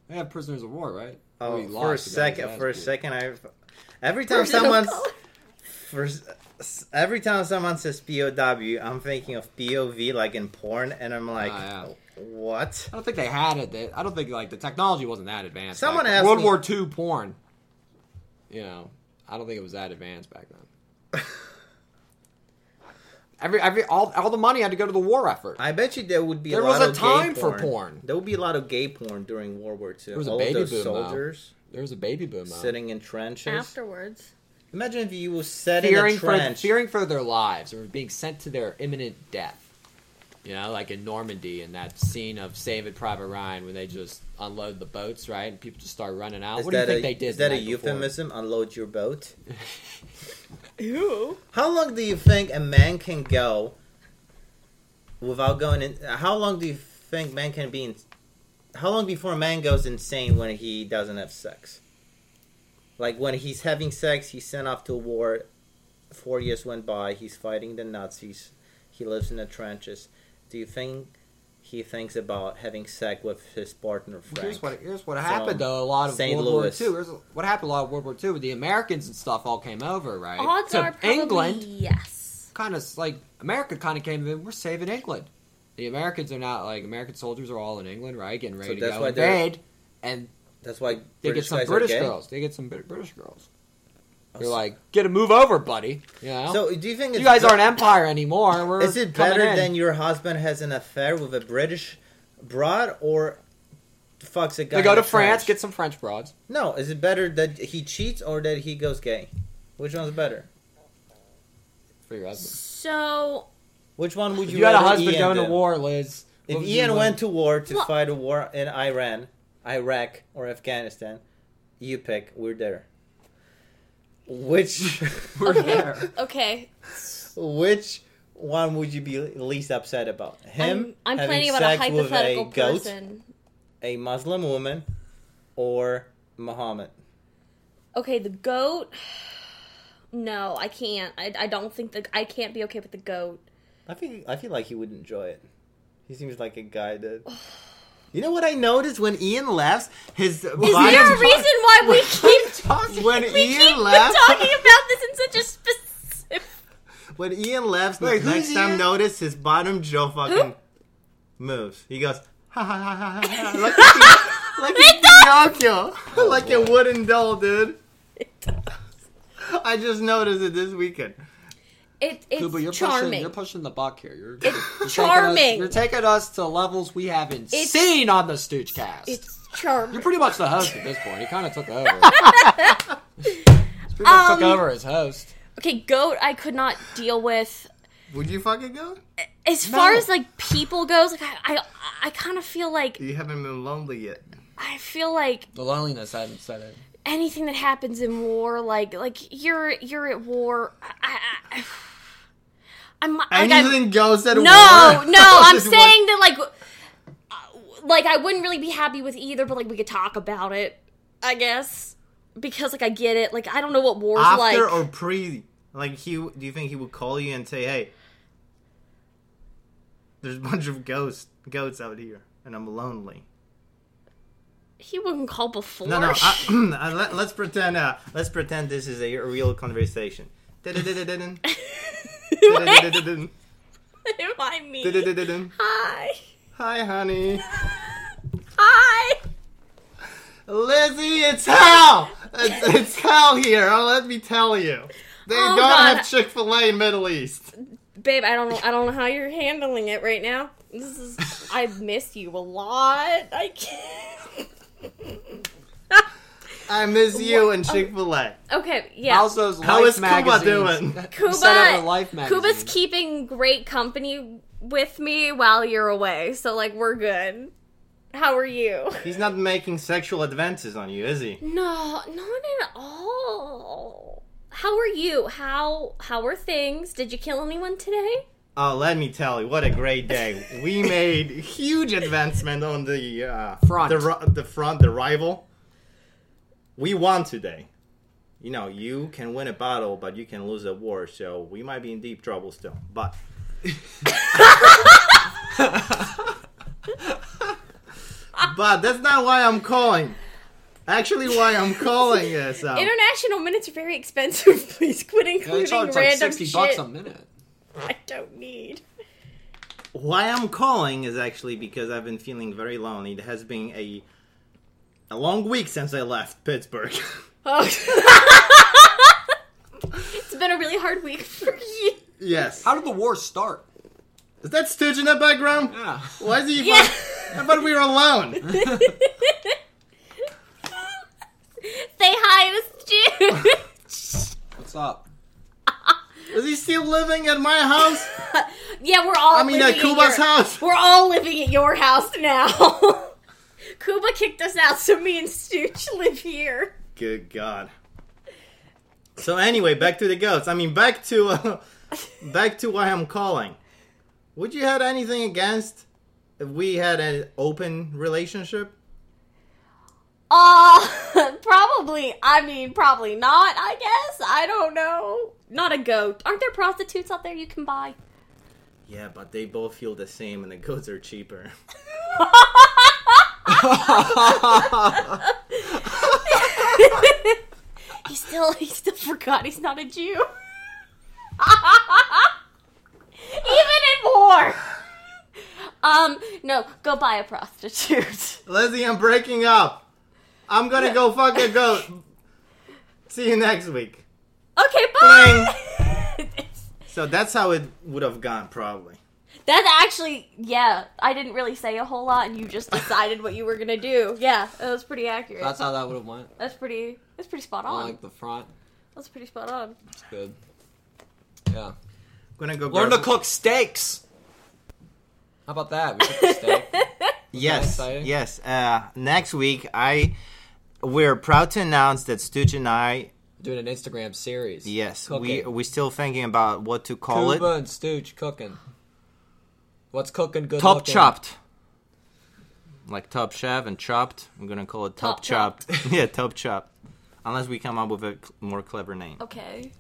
Speaker 1: They have prisoners of war, right?
Speaker 2: Oh,
Speaker 1: he
Speaker 2: for a
Speaker 1: lost, he got his
Speaker 2: second,
Speaker 1: ass
Speaker 2: for a
Speaker 1: beat.
Speaker 2: second, I. Every time
Speaker 3: Person of
Speaker 2: someone's
Speaker 3: color.
Speaker 2: for s- every time someone says POW, I'm thinking of POV like in porn, and I'm like,
Speaker 1: Ah,
Speaker 2: what?
Speaker 1: I don't think they had it. They- I don't think like the technology wasn't that advanced. back
Speaker 2: Someone
Speaker 1: then.
Speaker 2: asked
Speaker 1: World
Speaker 2: me-
Speaker 1: War II porn. You know, I don't think it was that advanced back then. every every all all the money had to go to the war effort.
Speaker 2: I bet you there would be
Speaker 1: There
Speaker 2: a
Speaker 1: was
Speaker 2: lot
Speaker 1: a
Speaker 2: of
Speaker 1: time
Speaker 2: gay
Speaker 1: for
Speaker 2: porn.
Speaker 1: porn.
Speaker 2: There would be a lot of gay porn during World War II. There
Speaker 1: was a
Speaker 2: All
Speaker 1: baby
Speaker 2: of
Speaker 1: boom,
Speaker 2: those
Speaker 1: though.
Speaker 2: soldiers
Speaker 1: there was a baby boom out.
Speaker 2: sitting in trenches.
Speaker 3: Afterwards,
Speaker 2: Imagine if you were set
Speaker 1: fearing
Speaker 2: in a
Speaker 1: for
Speaker 2: trench.
Speaker 1: fearing for their lives or being sent to their imminent death. You know, like in Normandy in that scene of Saving Private Ryan when they just unload the boats, right? And people just start running out.
Speaker 2: is
Speaker 1: what do you
Speaker 2: that
Speaker 1: think
Speaker 2: a,
Speaker 1: they did?
Speaker 2: is
Speaker 1: the
Speaker 2: that a
Speaker 1: night before?
Speaker 2: euphemism? Unload your boat.
Speaker 3: ew.
Speaker 2: How long do you think a man can go without going in? How long do you think man can be in? How long before a man goes insane when he doesn't have sex? Like when he's having sex, he's sent off to war. Four years went by. He's fighting the Nazis. He lives in the trenches. Do you think he thinks about having sex with his partner Frank?
Speaker 1: Here's what here's what happened
Speaker 2: So,
Speaker 1: though. A lot of
Speaker 2: St.
Speaker 1: World
Speaker 2: Louis.
Speaker 1: War II. Here's what happened. A lot of World War II. The Americans and stuff all came over, right?
Speaker 3: Odds
Speaker 1: to
Speaker 3: are probably
Speaker 1: England.
Speaker 3: yes.
Speaker 1: Kind of like America kind of came in. We're saving England. The Americans are not like American soldiers are all in England, right? Getting ready to
Speaker 2: that's
Speaker 1: go
Speaker 2: why they're-
Speaker 1: invade, and
Speaker 2: That's why
Speaker 1: They
Speaker 2: British
Speaker 1: get some
Speaker 2: guys
Speaker 1: British
Speaker 2: are gay.
Speaker 1: girls. They get some Brit- British girls. They're like, get a move over, buddy. You know,
Speaker 2: So do you think
Speaker 1: you
Speaker 2: it's
Speaker 1: guys
Speaker 2: bet-
Speaker 1: aren't empire anymore. We're
Speaker 2: Is it
Speaker 1: coming
Speaker 2: better
Speaker 1: in.
Speaker 2: than your husband has an affair with a British broad or fucks a guy?
Speaker 1: They go
Speaker 2: in
Speaker 1: to
Speaker 2: the
Speaker 1: France,
Speaker 2: trench?
Speaker 1: get some French broads.
Speaker 2: No, is it better that he cheats or that he goes gay? Which one's better?
Speaker 1: For your husband.
Speaker 3: So
Speaker 2: Which one would
Speaker 1: If
Speaker 2: you?
Speaker 1: you had a
Speaker 2: rather
Speaker 1: husband
Speaker 2: Ian
Speaker 1: going to
Speaker 2: did?
Speaker 1: war, Liz.
Speaker 2: If
Speaker 1: what would
Speaker 2: Ian
Speaker 1: you
Speaker 2: went to war to
Speaker 3: Well-
Speaker 2: fight a war in Iran, Iraq, or Afghanistan, you pick. We're there. Which
Speaker 1: We're there.
Speaker 3: okay,
Speaker 2: which one would you be least upset about? Him?
Speaker 3: I'm, I'm
Speaker 2: having
Speaker 3: planning about a
Speaker 2: sex with
Speaker 3: hypothetical
Speaker 2: goat?
Speaker 3: person.
Speaker 2: a Muslim woman or Muhammad.
Speaker 3: Okay, the goat. No, I can't. I, I don't think that I can't be okay with the goat.
Speaker 2: I feel I feel like he would enjoy it. He seems like a guy that. You know what I noticed when Ian laughs, his
Speaker 3: Is
Speaker 2: body-
Speaker 3: there a reason why we keep
Speaker 2: when
Speaker 3: we keep
Speaker 2: Ian laughs,
Speaker 3: talking about this in such a specific?
Speaker 2: when Ian laughs,
Speaker 1: Wait, who's
Speaker 2: next time
Speaker 1: Ian?
Speaker 2: notice his bottom jaw fucking moves. He goes ha ha ha ha ha like a, like a Pinocchio,
Speaker 5: Oh,
Speaker 2: like a wooden doll, dude. I just noticed it this weekend.
Speaker 3: It, it's
Speaker 1: Kuba, you're pushing.
Speaker 3: charming.
Speaker 1: You're pushing the buck here. You're, you're
Speaker 3: charming.
Speaker 1: Taking us, you're taking us to levels we haven't
Speaker 3: It's-
Speaker 1: seen on the Stoochcast.
Speaker 3: it's charming.
Speaker 1: You're pretty much the host at this point. He kind of took over. He's pretty much took
Speaker 3: Um,
Speaker 1: over as host.
Speaker 3: okay, goat I could not deal with.
Speaker 5: Would you fucking go?
Speaker 3: As far as like people goes, like I, I, I kind of feel like
Speaker 5: You haven't been lonely yet.
Speaker 3: I feel like
Speaker 1: The loneliness hadn't said it.
Speaker 3: anything that happens in war, like like you're you're at war. I, I, I- I'm like, I'm,
Speaker 5: Anything goes at
Speaker 3: no,
Speaker 5: war.
Speaker 3: no. I'm
Speaker 5: This one-
Speaker 3: saying that like, uh, like I wouldn't really be happy with either, but like we could talk about it, I guess, because like I get it. Like I don't know what war's like.
Speaker 5: after or
Speaker 2: pre like he do you think he would call you and say hey
Speaker 5: there's a bunch of ghosts goats out here.
Speaker 2: and i'm lonely
Speaker 3: he wouldn't call before.
Speaker 2: no no I, I- let, us pretend uh, let's pretend this is a real conversation Dun-dun-dun-dun-dun. Dun-dun-dun-dun-dun.
Speaker 3: Am I mean?
Speaker 2: Dun-dun-dun-dun.
Speaker 3: Hi,
Speaker 2: hi honey
Speaker 3: hi.
Speaker 2: lizzie it's
Speaker 5: Hell! It's, it's hell here. Oh, let me tell you. They
Speaker 3: Oh,
Speaker 5: don't
Speaker 3: God.
Speaker 5: have Chick Fil A in Middle East.
Speaker 3: babe i don't know i don't know how you're handling it right now this is i miss you a lot i can't
Speaker 5: I miss you and Chick Fil A.
Speaker 3: okay yeah
Speaker 1: How's those
Speaker 5: How
Speaker 1: life
Speaker 5: is Kuba
Speaker 1: magazines?
Speaker 5: doing?
Speaker 1: You said it with life
Speaker 3: cuba's
Speaker 1: magazines.
Speaker 3: keeping great company with me while you're away so like we're good how are you
Speaker 2: he's not making sexual advances on you is he
Speaker 3: no not at all how are you how how are things did you kill anyone today
Speaker 2: oh let me tell you what a great day we made huge advancement on the uh
Speaker 1: Front.
Speaker 2: the, ri- the front the rival we won today you know you can win a battle but you can lose a war so we might be in deep trouble still but
Speaker 5: But that's not why I'm calling. Actually, why I'm calling is uh,
Speaker 3: international minutes are very expensive please quit
Speaker 1: Oh. They
Speaker 3: including
Speaker 1: charge
Speaker 3: random
Speaker 1: like sixty
Speaker 3: shit
Speaker 1: bucks a minute.
Speaker 3: i don't need
Speaker 2: why I'm calling is actually because I've been feeling very lonely. It has been a a long week since I left Pittsburgh.
Speaker 3: Oh. it's been a really hard week for you.
Speaker 5: yes.
Speaker 1: How did the war start?
Speaker 5: Is that Stooge in the background?
Speaker 1: Yeah.
Speaker 5: Why is he?
Speaker 3: Yeah.
Speaker 5: I thought we were alone.
Speaker 3: Say hi, it was Jude.
Speaker 1: What's up?
Speaker 5: Is he still living at my house?
Speaker 3: yeah, we're all.
Speaker 5: I mean, at
Speaker 3: living
Speaker 5: Kuba's
Speaker 3: your,
Speaker 5: house.
Speaker 3: We're all living at your house now. Kuba kicked us out, so me and Stooch live here.
Speaker 2: Good God. So anyway, back to the ghosts. I mean, back to uh, back to why I'm calling. Would you had anything against if we had an open relationship?
Speaker 3: Uh, probably. I mean, probably not. I guess. I don't know. Not a goat. Aren't there prostitutes out there you can buy?
Speaker 2: Yeah, but they both feel the same, and the goats are cheaper.
Speaker 3: he still he still forgot he's not a Jew. Even in war. Um, no, go buy a prostitute.
Speaker 5: Lizzie, I'm breaking up. I'm gonna go fuck a goat. See you next week.
Speaker 3: Okay, bye.
Speaker 2: So that's how it would have gone, probably.
Speaker 3: that actually, yeah, I didn't really say a whole lot, and you just decided what you were gonna do. Yeah, that was pretty accurate.
Speaker 1: That's how that would have went.
Speaker 3: that's pretty. That's pretty spot
Speaker 1: I
Speaker 3: on.
Speaker 1: like the front.
Speaker 3: that's pretty spot on.
Speaker 1: It's good. Yeah.
Speaker 2: gonna go
Speaker 1: Learn to
Speaker 2: grab-
Speaker 1: cook steaks. How about that? We cooked a steak.
Speaker 2: Yes,
Speaker 1: exciting?
Speaker 2: yes. Uh, next week, I we're proud to announce that Stooge and I,
Speaker 1: Doing an Instagram series.
Speaker 2: yes, we
Speaker 1: Cooking.
Speaker 2: we still thinking about what to call
Speaker 1: Cuba
Speaker 2: it.
Speaker 1: and Stooge cooking. What's cooking good?
Speaker 2: Top
Speaker 1: looking?
Speaker 2: chopped, like top chef and chopped. I'm gonna call it top,
Speaker 3: Top
Speaker 2: chopped. yeah, top chopped. Unless we come up with a cl- more clever name.
Speaker 3: Okay.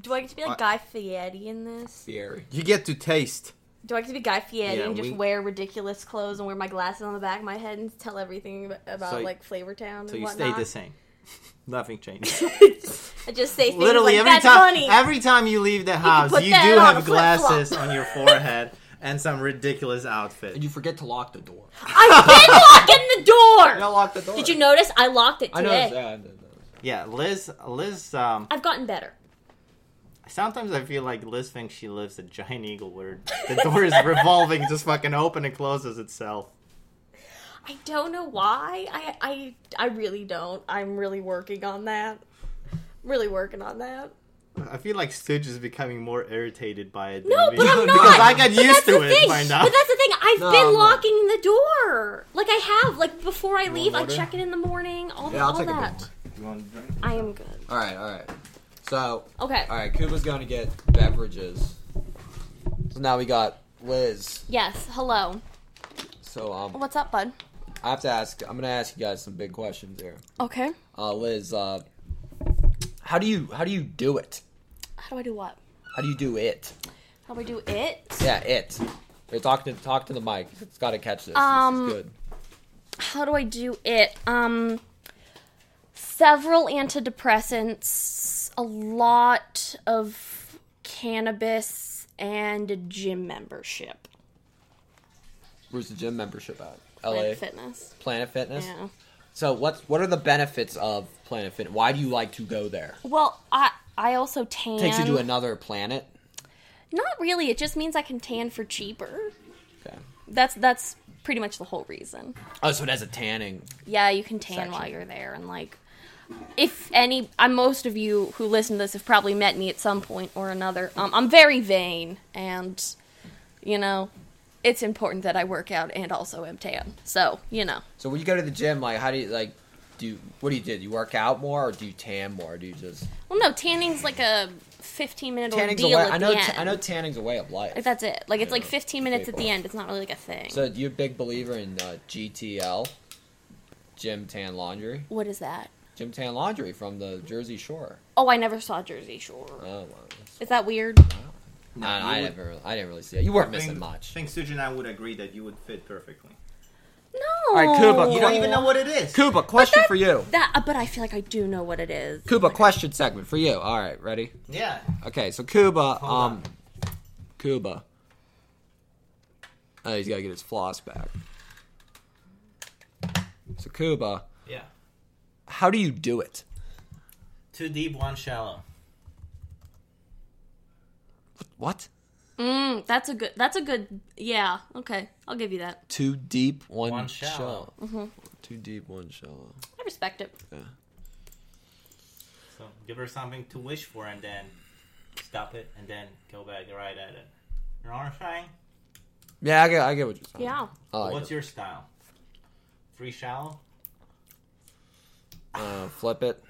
Speaker 3: Do I get to be like Guy Fieri in this?
Speaker 1: Fieri.
Speaker 5: You get to taste.
Speaker 3: Do I get to be Guy Fieri
Speaker 2: Yeah,
Speaker 3: and just
Speaker 2: we-
Speaker 3: wear ridiculous clothes and wear my glasses on the back of my head and tell everything ab- about
Speaker 2: So-
Speaker 3: like Flavor Town
Speaker 2: So
Speaker 3: and
Speaker 2: you
Speaker 3: whatnot?
Speaker 2: stay the same. Nothing changes.
Speaker 3: I just say things
Speaker 2: Literally
Speaker 3: like
Speaker 2: every
Speaker 3: that's
Speaker 2: time.
Speaker 3: funny.
Speaker 2: Every time you leave the house,
Speaker 3: put
Speaker 2: you do
Speaker 3: that on a
Speaker 2: have
Speaker 3: flip-flop.
Speaker 2: glasses on your forehead and some ridiculous outfit.
Speaker 1: And you forget to lock the door.
Speaker 3: I've been locking the
Speaker 1: You
Speaker 3: door.
Speaker 1: lock the door.
Speaker 3: Did you notice I locked it
Speaker 1: I
Speaker 3: today?
Speaker 1: know that.
Speaker 2: Yeah, Liz. Liz. Um,
Speaker 3: I've gotten better.
Speaker 2: Sometimes I feel like Liz thinks she lives at Giant Eagle where the door is revolving, just fucking open and closes itself.
Speaker 3: I don't know why. I I I really don't. I'm really working on that. Really working on that.
Speaker 2: I feel like Stitch is becoming more irritated by it. than
Speaker 3: No,
Speaker 2: me.
Speaker 3: but I'm not.
Speaker 2: Because I got
Speaker 3: But
Speaker 2: used
Speaker 3: that's
Speaker 2: to
Speaker 3: the
Speaker 2: it
Speaker 3: thing.
Speaker 2: by now.
Speaker 3: But that's the thing. I've
Speaker 1: No,
Speaker 3: been
Speaker 1: I'm not.
Speaker 3: locking the door. Like I have. Like before I leave, I
Speaker 4: water?
Speaker 3: check it in the morning. All, the,
Speaker 1: Yeah, I'll
Speaker 3: all
Speaker 1: take a
Speaker 3: that.
Speaker 1: bit.
Speaker 2: You want a drink?
Speaker 3: I am good.
Speaker 1: All right, all right. So,
Speaker 3: Okay.
Speaker 1: all right, Cuba's going to get beverages. So now we got Liz.
Speaker 3: Yes. Hello.
Speaker 1: So um,
Speaker 3: What's up, bud?
Speaker 1: I have to ask. I'm going to ask you guys some big questions here.
Speaker 3: Okay.
Speaker 1: Uh, Liz, uh, how do you how do you do it?
Speaker 3: How do I do what?
Speaker 1: How do you do it?
Speaker 3: How do I do it?
Speaker 1: Yeah, it. Hey, talk to talk to the mic. It's got to catch this.
Speaker 3: Um,
Speaker 1: this is good.
Speaker 3: how do I do it? Um, several antidepressants, a lot of cannabis, and a gym membership.
Speaker 1: Where's the gym membership at?
Speaker 3: Planet
Speaker 1: L.A.
Speaker 3: Fitness.
Speaker 1: Planet Fitness.
Speaker 3: Yeah.
Speaker 1: So what's what are the benefits of Planet Fitness? Why do you like to go there?
Speaker 3: Well, I I also tan.
Speaker 1: Takes you to another planet.
Speaker 3: Not really. It just means I can tan for cheaper.
Speaker 1: Okay.
Speaker 3: That's that's pretty much the whole reason.
Speaker 1: Oh, so it has a tanning.
Speaker 3: Yeah, you can tan
Speaker 1: Section.
Speaker 3: while you're there, and like, if any, i most of you who listen to this have probably met me at some point or another. Um, I'm very vain, and you know, it's important that I work out and also am tan. So you know,
Speaker 1: So when you go to the gym, like how do you like do you, what do you do? Do you work out more or do you tan more? Or do you just
Speaker 3: well, no, tanning's like a 15 minute
Speaker 1: tanning's a
Speaker 3: ordeal
Speaker 1: way?
Speaker 3: at
Speaker 1: I know
Speaker 3: the
Speaker 1: ta-
Speaker 3: end.
Speaker 1: I know tanning's a way of life.
Speaker 3: like that's it. Like it's like
Speaker 1: Yeah,
Speaker 3: 15 minutes at the
Speaker 1: people.
Speaker 3: end. It's not really like a thing.
Speaker 1: So you're a big believer in uh, GTL, Gym Tan Laundry,
Speaker 3: what is that?
Speaker 1: Gym Tan Laundry from the Jersey Shore.
Speaker 3: Oh, I never saw Jersey Shore.
Speaker 1: Oh, well,
Speaker 3: Is that weird?
Speaker 1: no, no,
Speaker 2: you
Speaker 1: I
Speaker 2: would-
Speaker 1: never, I didn't really see it. You weren't
Speaker 2: I think-
Speaker 1: missing much.
Speaker 2: I think Suji and I would agree that you would fit perfectly.
Speaker 3: No.
Speaker 1: right, Cuba,
Speaker 2: You don't even know what it is.
Speaker 1: Cuba, question for you.
Speaker 3: that. uh, But I feel like I do know what it is.
Speaker 1: Cuba, question segment for you. All right, ready?
Speaker 2: Yeah.
Speaker 1: Okay, so Cuba,
Speaker 2: Hold
Speaker 1: um, Cuba. Oh, he's got to get his floss back. So Cuba,
Speaker 2: Yeah.
Speaker 1: how do you do it?
Speaker 2: Two deep, one shallow.
Speaker 1: What?
Speaker 3: Mm, that's a good. That's a good. Yeah. Okay. I'll give you that.
Speaker 1: Two deep, one,
Speaker 2: One
Speaker 1: shallow.
Speaker 2: shallow.
Speaker 3: Mm-hmm.
Speaker 1: Two deep, one shallow.
Speaker 3: I respect it.
Speaker 2: So give her something to wish for and then stop it and then go back right at it. You know what I'm saying?
Speaker 1: Yeah, I get, I get what you're saying.
Speaker 3: Yeah.
Speaker 1: I like
Speaker 2: What's
Speaker 1: it.
Speaker 2: your style? Free shallow?
Speaker 1: Uh, flip it.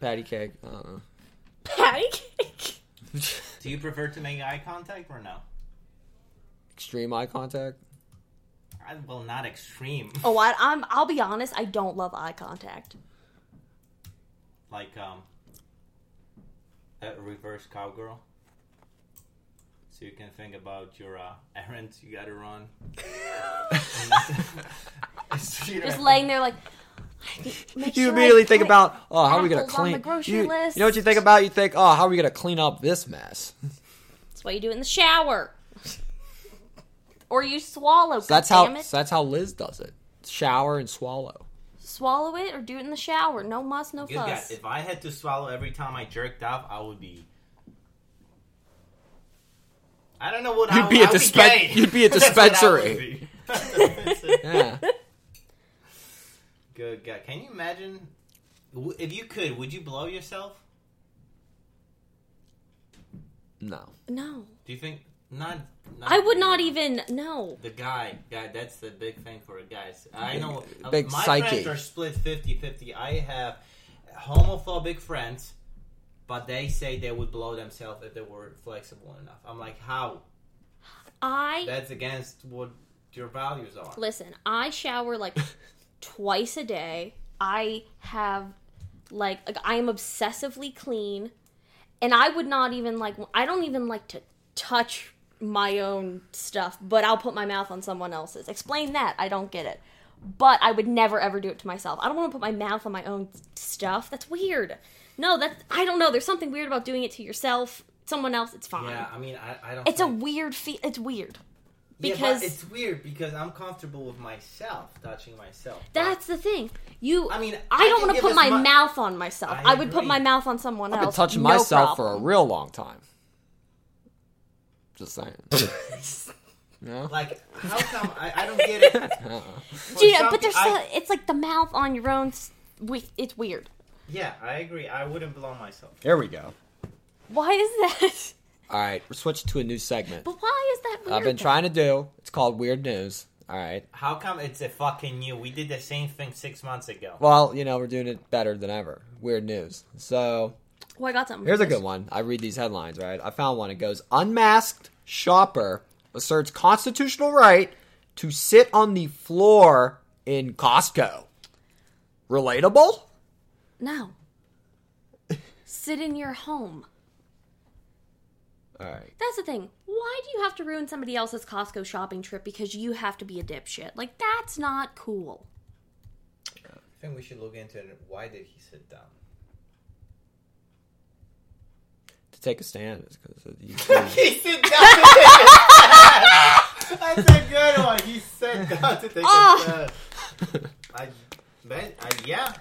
Speaker 1: Patty cake. I don't know.
Speaker 3: Patty cake.
Speaker 2: Do you prefer to make eye contact or no?
Speaker 1: Extreme eye contact.
Speaker 2: I, well, not extreme.
Speaker 3: Oh, I, I'm. I'll be honest. I don't love eye contact.
Speaker 2: Like, um, a reverse cowgirl. So you can think about your uh, errands you gotta run.
Speaker 3: Just laying there like. I need to make
Speaker 1: You
Speaker 3: sure I
Speaker 1: immediately think
Speaker 3: put
Speaker 1: about, oh, how are we gonna
Speaker 3: apples on
Speaker 1: clean?
Speaker 3: the grocery
Speaker 1: you,
Speaker 3: list.
Speaker 1: you know what you think about? You think, oh, how are we gonna clean up this mess?
Speaker 3: That's why you do it in the shower. or you swallow.
Speaker 1: So that's
Speaker 3: damn
Speaker 1: how.
Speaker 3: It.
Speaker 1: So that's how Liz does it. Shower and swallow.
Speaker 3: swallow it or do it in the shower. No muss, no
Speaker 2: Good God,
Speaker 3: fuss.
Speaker 2: if I had to swallow every time I jerked off, I would be. I don't know what I
Speaker 1: You'd
Speaker 2: would
Speaker 1: be a
Speaker 2: I'd
Speaker 1: dispen-
Speaker 2: gay.
Speaker 1: you'd be a
Speaker 2: That's what I would
Speaker 1: dispensary.
Speaker 2: be. Dispensary.
Speaker 1: Yeah.
Speaker 2: Good God. Can you imagine? w- If you could, would you blow yourself?
Speaker 1: no.
Speaker 3: No,
Speaker 2: Do you think. Not. not
Speaker 3: I would not even. No.
Speaker 2: The guy, guy, that's the big thing for guys. I know uh,
Speaker 1: big
Speaker 2: my
Speaker 1: psyche.
Speaker 2: friends are split 50-50. I have homophobic friends, but they say they would blow themselves if they were flexible enough. I'm like, how?
Speaker 3: I
Speaker 2: That's against what your values are.
Speaker 3: Listen, I shower like twice a day. I have like, like, I am obsessively clean, and I would not even like I don't even like to touch my own stuff, but I'll put my mouth on someone else's. Explain that. I don't get it. But I would never ever do it to myself. I don't want to put my mouth on my own stuff. That's weird. No, that I don't know. There's something weird about doing it to yourself. Someone else, it's fine.
Speaker 2: Yeah, I mean, I, I don't.
Speaker 3: It's a
Speaker 2: think-
Speaker 3: weird feel. It's weird. because
Speaker 2: yeah, but it's weird because I'm comfortable with myself touching myself.
Speaker 3: that's the thing. You,
Speaker 2: I mean,
Speaker 3: I don't
Speaker 2: can
Speaker 3: want to
Speaker 2: give
Speaker 3: put
Speaker 2: as
Speaker 3: my
Speaker 2: mu-
Speaker 3: mouth on myself.
Speaker 2: I
Speaker 3: I, would put
Speaker 2: agree.
Speaker 3: my mouth on someone
Speaker 1: I've been
Speaker 3: else.
Speaker 1: touching
Speaker 3: no
Speaker 1: myself
Speaker 3: problem.
Speaker 1: for a real long time. Just saying. no?
Speaker 2: Like, how come I, I don't get it? For
Speaker 3: Gina,
Speaker 2: some
Speaker 3: but there's
Speaker 2: pe- I-
Speaker 3: so, it's like the mouth on your own. s- we- It's weird.
Speaker 2: yeah, I agree. I wouldn't belong myself.
Speaker 1: Here we go.
Speaker 3: Why is that?
Speaker 1: All right, we're switching to a new segment.
Speaker 3: But why is that weird?
Speaker 1: I've been trying to do. It's called Weird News. All right.
Speaker 2: How come it's a fucking you? We did the same thing six months ago.
Speaker 1: Well, you know, we're doing it better than ever. Weird news. So,
Speaker 3: Well, I got something.
Speaker 1: here's
Speaker 3: for
Speaker 1: a good
Speaker 3: this.
Speaker 1: one. I read these headlines, right? I found one. It goes Unmasked shopper asserts constitutional right to sit on the floor in Costco. Relatable?
Speaker 3: No. Sit in your home.
Speaker 1: All right.
Speaker 3: That's the thing. Why do you have to ruin somebody else's Costco shopping trip because you have to be a dipshit? Like, that's not cool.
Speaker 2: I think we should look into it. Why did he sit down?
Speaker 1: To take a stand is because
Speaker 2: He sit down. That's a good one. He sat down to take
Speaker 3: Ah.
Speaker 2: a shot. I, man, I, yeah.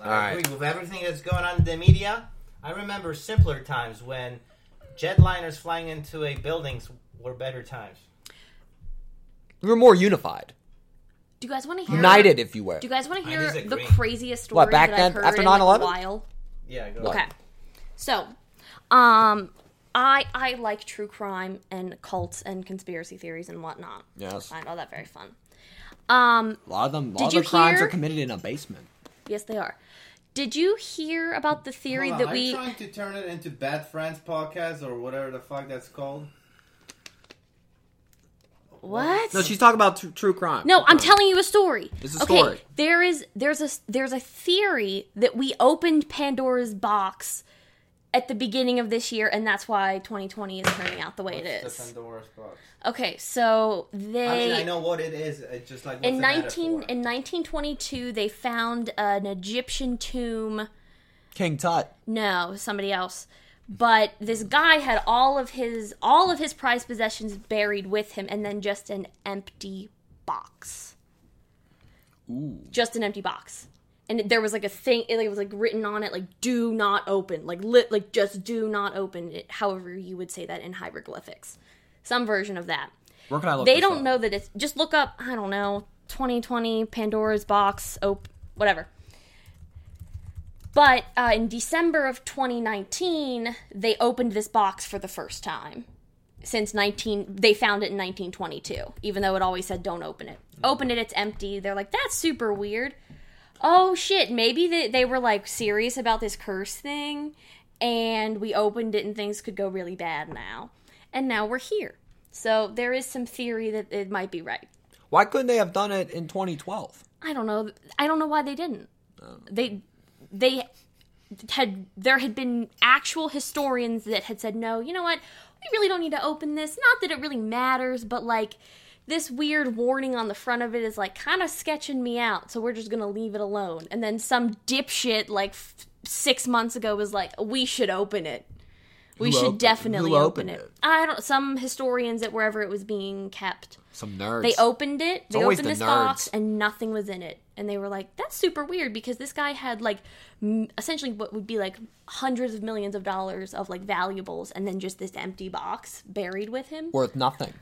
Speaker 2: I
Speaker 1: Alright.
Speaker 2: agree with everything that's going on in the media. I remember simpler times when jetliners flying into a buildings were better times.
Speaker 1: we were more unified,
Speaker 3: Do you guys want to hear?
Speaker 1: united, if you will.
Speaker 3: Do you guys want to hear
Speaker 2: just
Speaker 3: the
Speaker 2: agree.
Speaker 3: craziest story
Speaker 1: What, back
Speaker 3: that
Speaker 1: then,
Speaker 3: I've heard
Speaker 1: after
Speaker 3: in like,
Speaker 1: 9/11?
Speaker 3: a while?
Speaker 2: Yeah, go.
Speaker 1: What?
Speaker 3: Okay. So, um, I I like true crime and cults and conspiracy theories and whatnot.
Speaker 1: Yes.
Speaker 3: I find all that very fun. Um,
Speaker 1: A lot of them, a lot of
Speaker 3: you
Speaker 1: their crimes
Speaker 3: hear-
Speaker 1: are committed in a basement.
Speaker 3: yes, they are. Did you hear about the theory
Speaker 5: Hold on,
Speaker 3: that
Speaker 5: are
Speaker 3: we?
Speaker 5: you trying to turn it into Bad Friends podcast or whatever the fuck that's called?
Speaker 3: What?
Speaker 1: No, she's talking about tr- true crime.
Speaker 3: No, I'm telling you a story.
Speaker 1: It's a story.
Speaker 3: There is there's a there's a theory that we opened Pandora's box at the beginning of this year, and that's why 2020 is turning out the way it
Speaker 5: The
Speaker 3: is.
Speaker 5: Pandora's box.
Speaker 3: Okay, so they
Speaker 5: I mean, I know what it is. It's just like what's
Speaker 3: in
Speaker 5: the
Speaker 3: 19 in
Speaker 5: metaphor?
Speaker 3: 1922 they found an Egyptian tomb.
Speaker 1: King Tut.
Speaker 3: No, somebody else. But this guy had all of his all of his prized possessions buried with him, and then just an empty box. Ooh. Just an empty box, and it- there was like a thing. It like, was like written on it, like "Do not open," like lit, like just do not open it. However, you would say that in hieroglyphics, some version of that.
Speaker 1: Where can I look?
Speaker 3: They
Speaker 1: this
Speaker 3: don't
Speaker 1: up?
Speaker 3: know that it's just look up. I don't know, 2020 Pandora's box, op, whatever. But uh, in December of 2019, they opened this box for the first time since 19. They found it in 1922, even though it always said don't open it.
Speaker 1: Mm-hmm.
Speaker 3: Open it, it's empty. They're like, that's super weird. Oh shit, maybe they, they were like serious about this curse thing, and we opened it and things could go really bad now. And now we're here. So there is some theory that it might be right.
Speaker 1: Why couldn't they have done it in 2012?
Speaker 3: I don't know. I don't know why they didn't.
Speaker 1: Oh.
Speaker 3: They they had there had been actual historians that had said no. You know what? We really don't need to open this. Not that it really matters, but like this weird warning on the front of it is like kind of sketching me out. So we're just gonna leave it alone. And then some dipshit like f- six months ago was like, we should open it. We
Speaker 1: Who
Speaker 3: should
Speaker 1: opened-
Speaker 3: definitely
Speaker 1: who
Speaker 3: open
Speaker 1: opened
Speaker 3: it.
Speaker 1: it?
Speaker 3: I don't. Some historians at wherever it was being kept.
Speaker 1: Some nerds.
Speaker 3: They opened it. They
Speaker 1: always
Speaker 3: opened
Speaker 1: the
Speaker 3: this box,
Speaker 1: nerds.
Speaker 3: and nothing was in it. And they were like, "That's super weird," because this guy had like, m- essentially what would be like hundreds of millions of dollars of like valuables, and then just this empty box buried with him.
Speaker 1: worth nothing.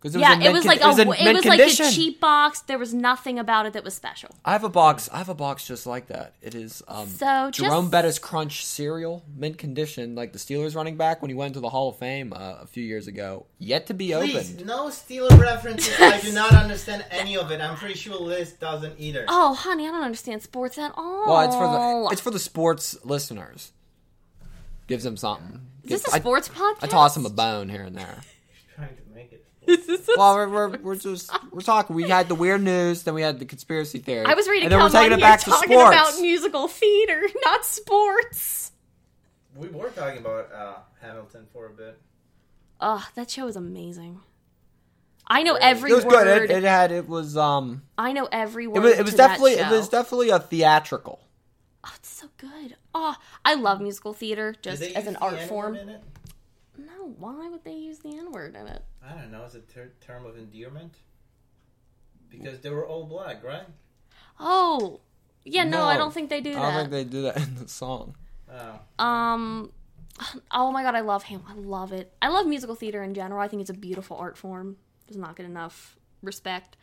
Speaker 1: Because
Speaker 3: yeah, it was like
Speaker 1: it was,
Speaker 3: a,
Speaker 1: in
Speaker 3: it
Speaker 1: mint
Speaker 3: was like a
Speaker 1: condition.
Speaker 3: cheap box. There was nothing about it that was special.
Speaker 1: I have a box. I have a box just like that. It is um,
Speaker 3: So just-
Speaker 1: Jerome Bettis Crunch cereal, mint condition, like the Steelers running back when he went to the Hall of Fame uh, a few years ago. Yet to be
Speaker 2: Please,
Speaker 1: opened.
Speaker 2: no Steeler references. I do not understand any of it. I'm pretty sure Liz doesn't either.
Speaker 3: Oh, honey, I don't understand sports at all.
Speaker 1: Well, it's for the it's for the sports listeners. Gives them something.
Speaker 3: Is this
Speaker 1: Gives-
Speaker 3: a sports podcast?
Speaker 1: I, I toss them a bone here and there.
Speaker 2: trying to make it.
Speaker 1: well, we're, we're, we're just we're talking. We had the weird news, then we had the conspiracy theory.
Speaker 3: I was ready to
Speaker 1: and then
Speaker 3: come
Speaker 1: we're taking
Speaker 3: on
Speaker 1: it
Speaker 3: here
Speaker 1: back to
Speaker 3: talking
Speaker 1: sports.
Speaker 3: about musical theater, not sports.
Speaker 2: We were talking about uh, Hamilton for a bit.
Speaker 3: Ugh, that show is amazing. I know every
Speaker 1: it was
Speaker 3: word.
Speaker 1: good. It, it had it was um
Speaker 3: I know every word.
Speaker 1: it was it was
Speaker 3: to that
Speaker 1: definitely it
Speaker 3: show.
Speaker 1: was definitely a theatrical.
Speaker 3: oh, it's so good. Oh, I love musical theater just
Speaker 2: Did they
Speaker 3: as an
Speaker 2: use the
Speaker 3: art
Speaker 2: N-word
Speaker 3: form.
Speaker 2: in it?
Speaker 3: No, why would they use the N word in it?
Speaker 2: I don't know. Is it ter- term of endearment? Because they were all black, right?
Speaker 3: Oh, yeah. No, I
Speaker 1: No.
Speaker 3: don't think they do
Speaker 1: I don't think
Speaker 3: that.
Speaker 1: they do that in the song.
Speaker 2: Oh,
Speaker 3: Um. Oh my god, I love him. I love it. I love musical theater in general. I think it's a beautiful art form. Does not get enough respect.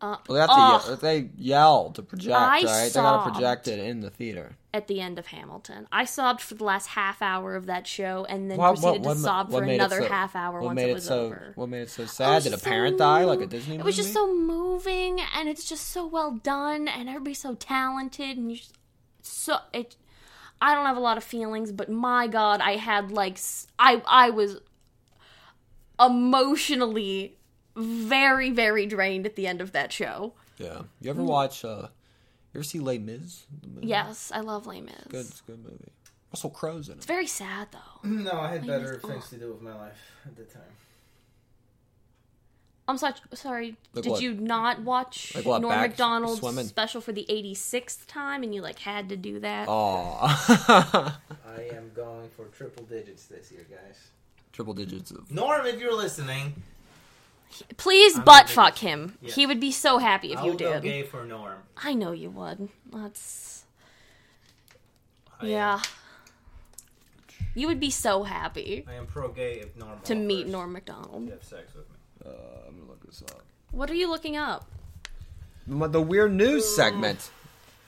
Speaker 3: Uh,
Speaker 1: Well, they have
Speaker 3: ah,
Speaker 1: to yell, they yell to project,
Speaker 3: I
Speaker 1: right? They gotta
Speaker 3: sobbed.
Speaker 1: project it in the theater.
Speaker 3: at the end of Hamilton, I sobbed for the last half hour of that show, and then
Speaker 1: What-
Speaker 3: proceeded
Speaker 1: what- what
Speaker 3: to
Speaker 1: ma-
Speaker 3: sob
Speaker 1: what
Speaker 3: for
Speaker 1: made it
Speaker 3: another
Speaker 1: so-
Speaker 3: half hour
Speaker 1: What
Speaker 3: once
Speaker 1: made
Speaker 3: it
Speaker 1: it
Speaker 3: was
Speaker 1: so?
Speaker 3: over.
Speaker 1: What made it so
Speaker 3: It
Speaker 1: sad?
Speaker 3: was
Speaker 1: Did a
Speaker 3: just so
Speaker 1: parent die, like a
Speaker 3: mov-
Speaker 1: Disney movie?
Speaker 3: It was just so moving, and it's just so well done, and everybody's so talented, and you just so it. I don't have a lot of feelings, but my God, I had like s- I I was emotionally very very drained at the end of that show.
Speaker 1: Yeah. You ever watch? uh You ever see Les Mis? The movie?
Speaker 3: Yes, I love Les Mis.
Speaker 1: Mm-hmm. Good, it's a good movie. Russell Crowe's in it.
Speaker 3: It's very sad though.
Speaker 2: Mm, no, I had
Speaker 3: Mine is
Speaker 2: better
Speaker 3: off.
Speaker 2: things to do with my life at the time.
Speaker 3: I'm so, sorry.
Speaker 1: Like
Speaker 3: did
Speaker 1: what?
Speaker 3: you not watch
Speaker 1: Like what,
Speaker 3: Norm
Speaker 1: back
Speaker 3: Macdonald's
Speaker 1: swimming?
Speaker 3: special for the 86th time, and you like had to do that?
Speaker 1: Oh. Aw.
Speaker 2: I am going for triple digits this year, guys.
Speaker 1: Triple digits of.
Speaker 2: Norm, if you're listening,
Speaker 3: Please
Speaker 2: I'm gonna-
Speaker 3: butt fuck him.
Speaker 2: Yes.
Speaker 3: He would be so happy if
Speaker 2: I
Speaker 3: you
Speaker 2: will go
Speaker 3: did.
Speaker 2: gay for Norm.
Speaker 3: I know you would. That's
Speaker 2: I am-
Speaker 3: yeah. You would be so happy
Speaker 2: I am pro gay if Norm
Speaker 3: to meet
Speaker 2: offers
Speaker 3: Norm Macdonald.
Speaker 2: to have sex with me.
Speaker 1: Uh, I'm gonna look this up.
Speaker 3: What are you looking up?
Speaker 1: M- The weird news segment.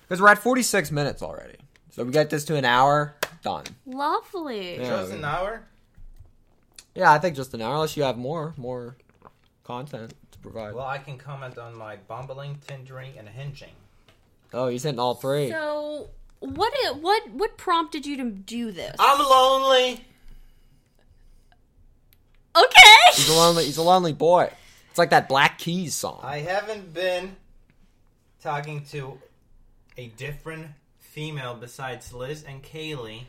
Speaker 1: Because we're at 46 minutes already, so we get this to an hour. Done.
Speaker 3: Lovely.
Speaker 1: Yeah.
Speaker 2: Just an hour?
Speaker 1: Yeah, I think just an hour, unless you have more more content to provide.
Speaker 2: Well, I can comment on my bumbling, tindering, and hinging.
Speaker 1: Oh, he's hitting all three.
Speaker 3: So, what i- what what prompted you to do this?
Speaker 2: I'm lonely.
Speaker 1: He's
Speaker 3: okay.
Speaker 1: a lonely. He's a lonely boy. It's like that Black Keys song.
Speaker 2: I haven't been talking to a different female besides Liz and Kaylee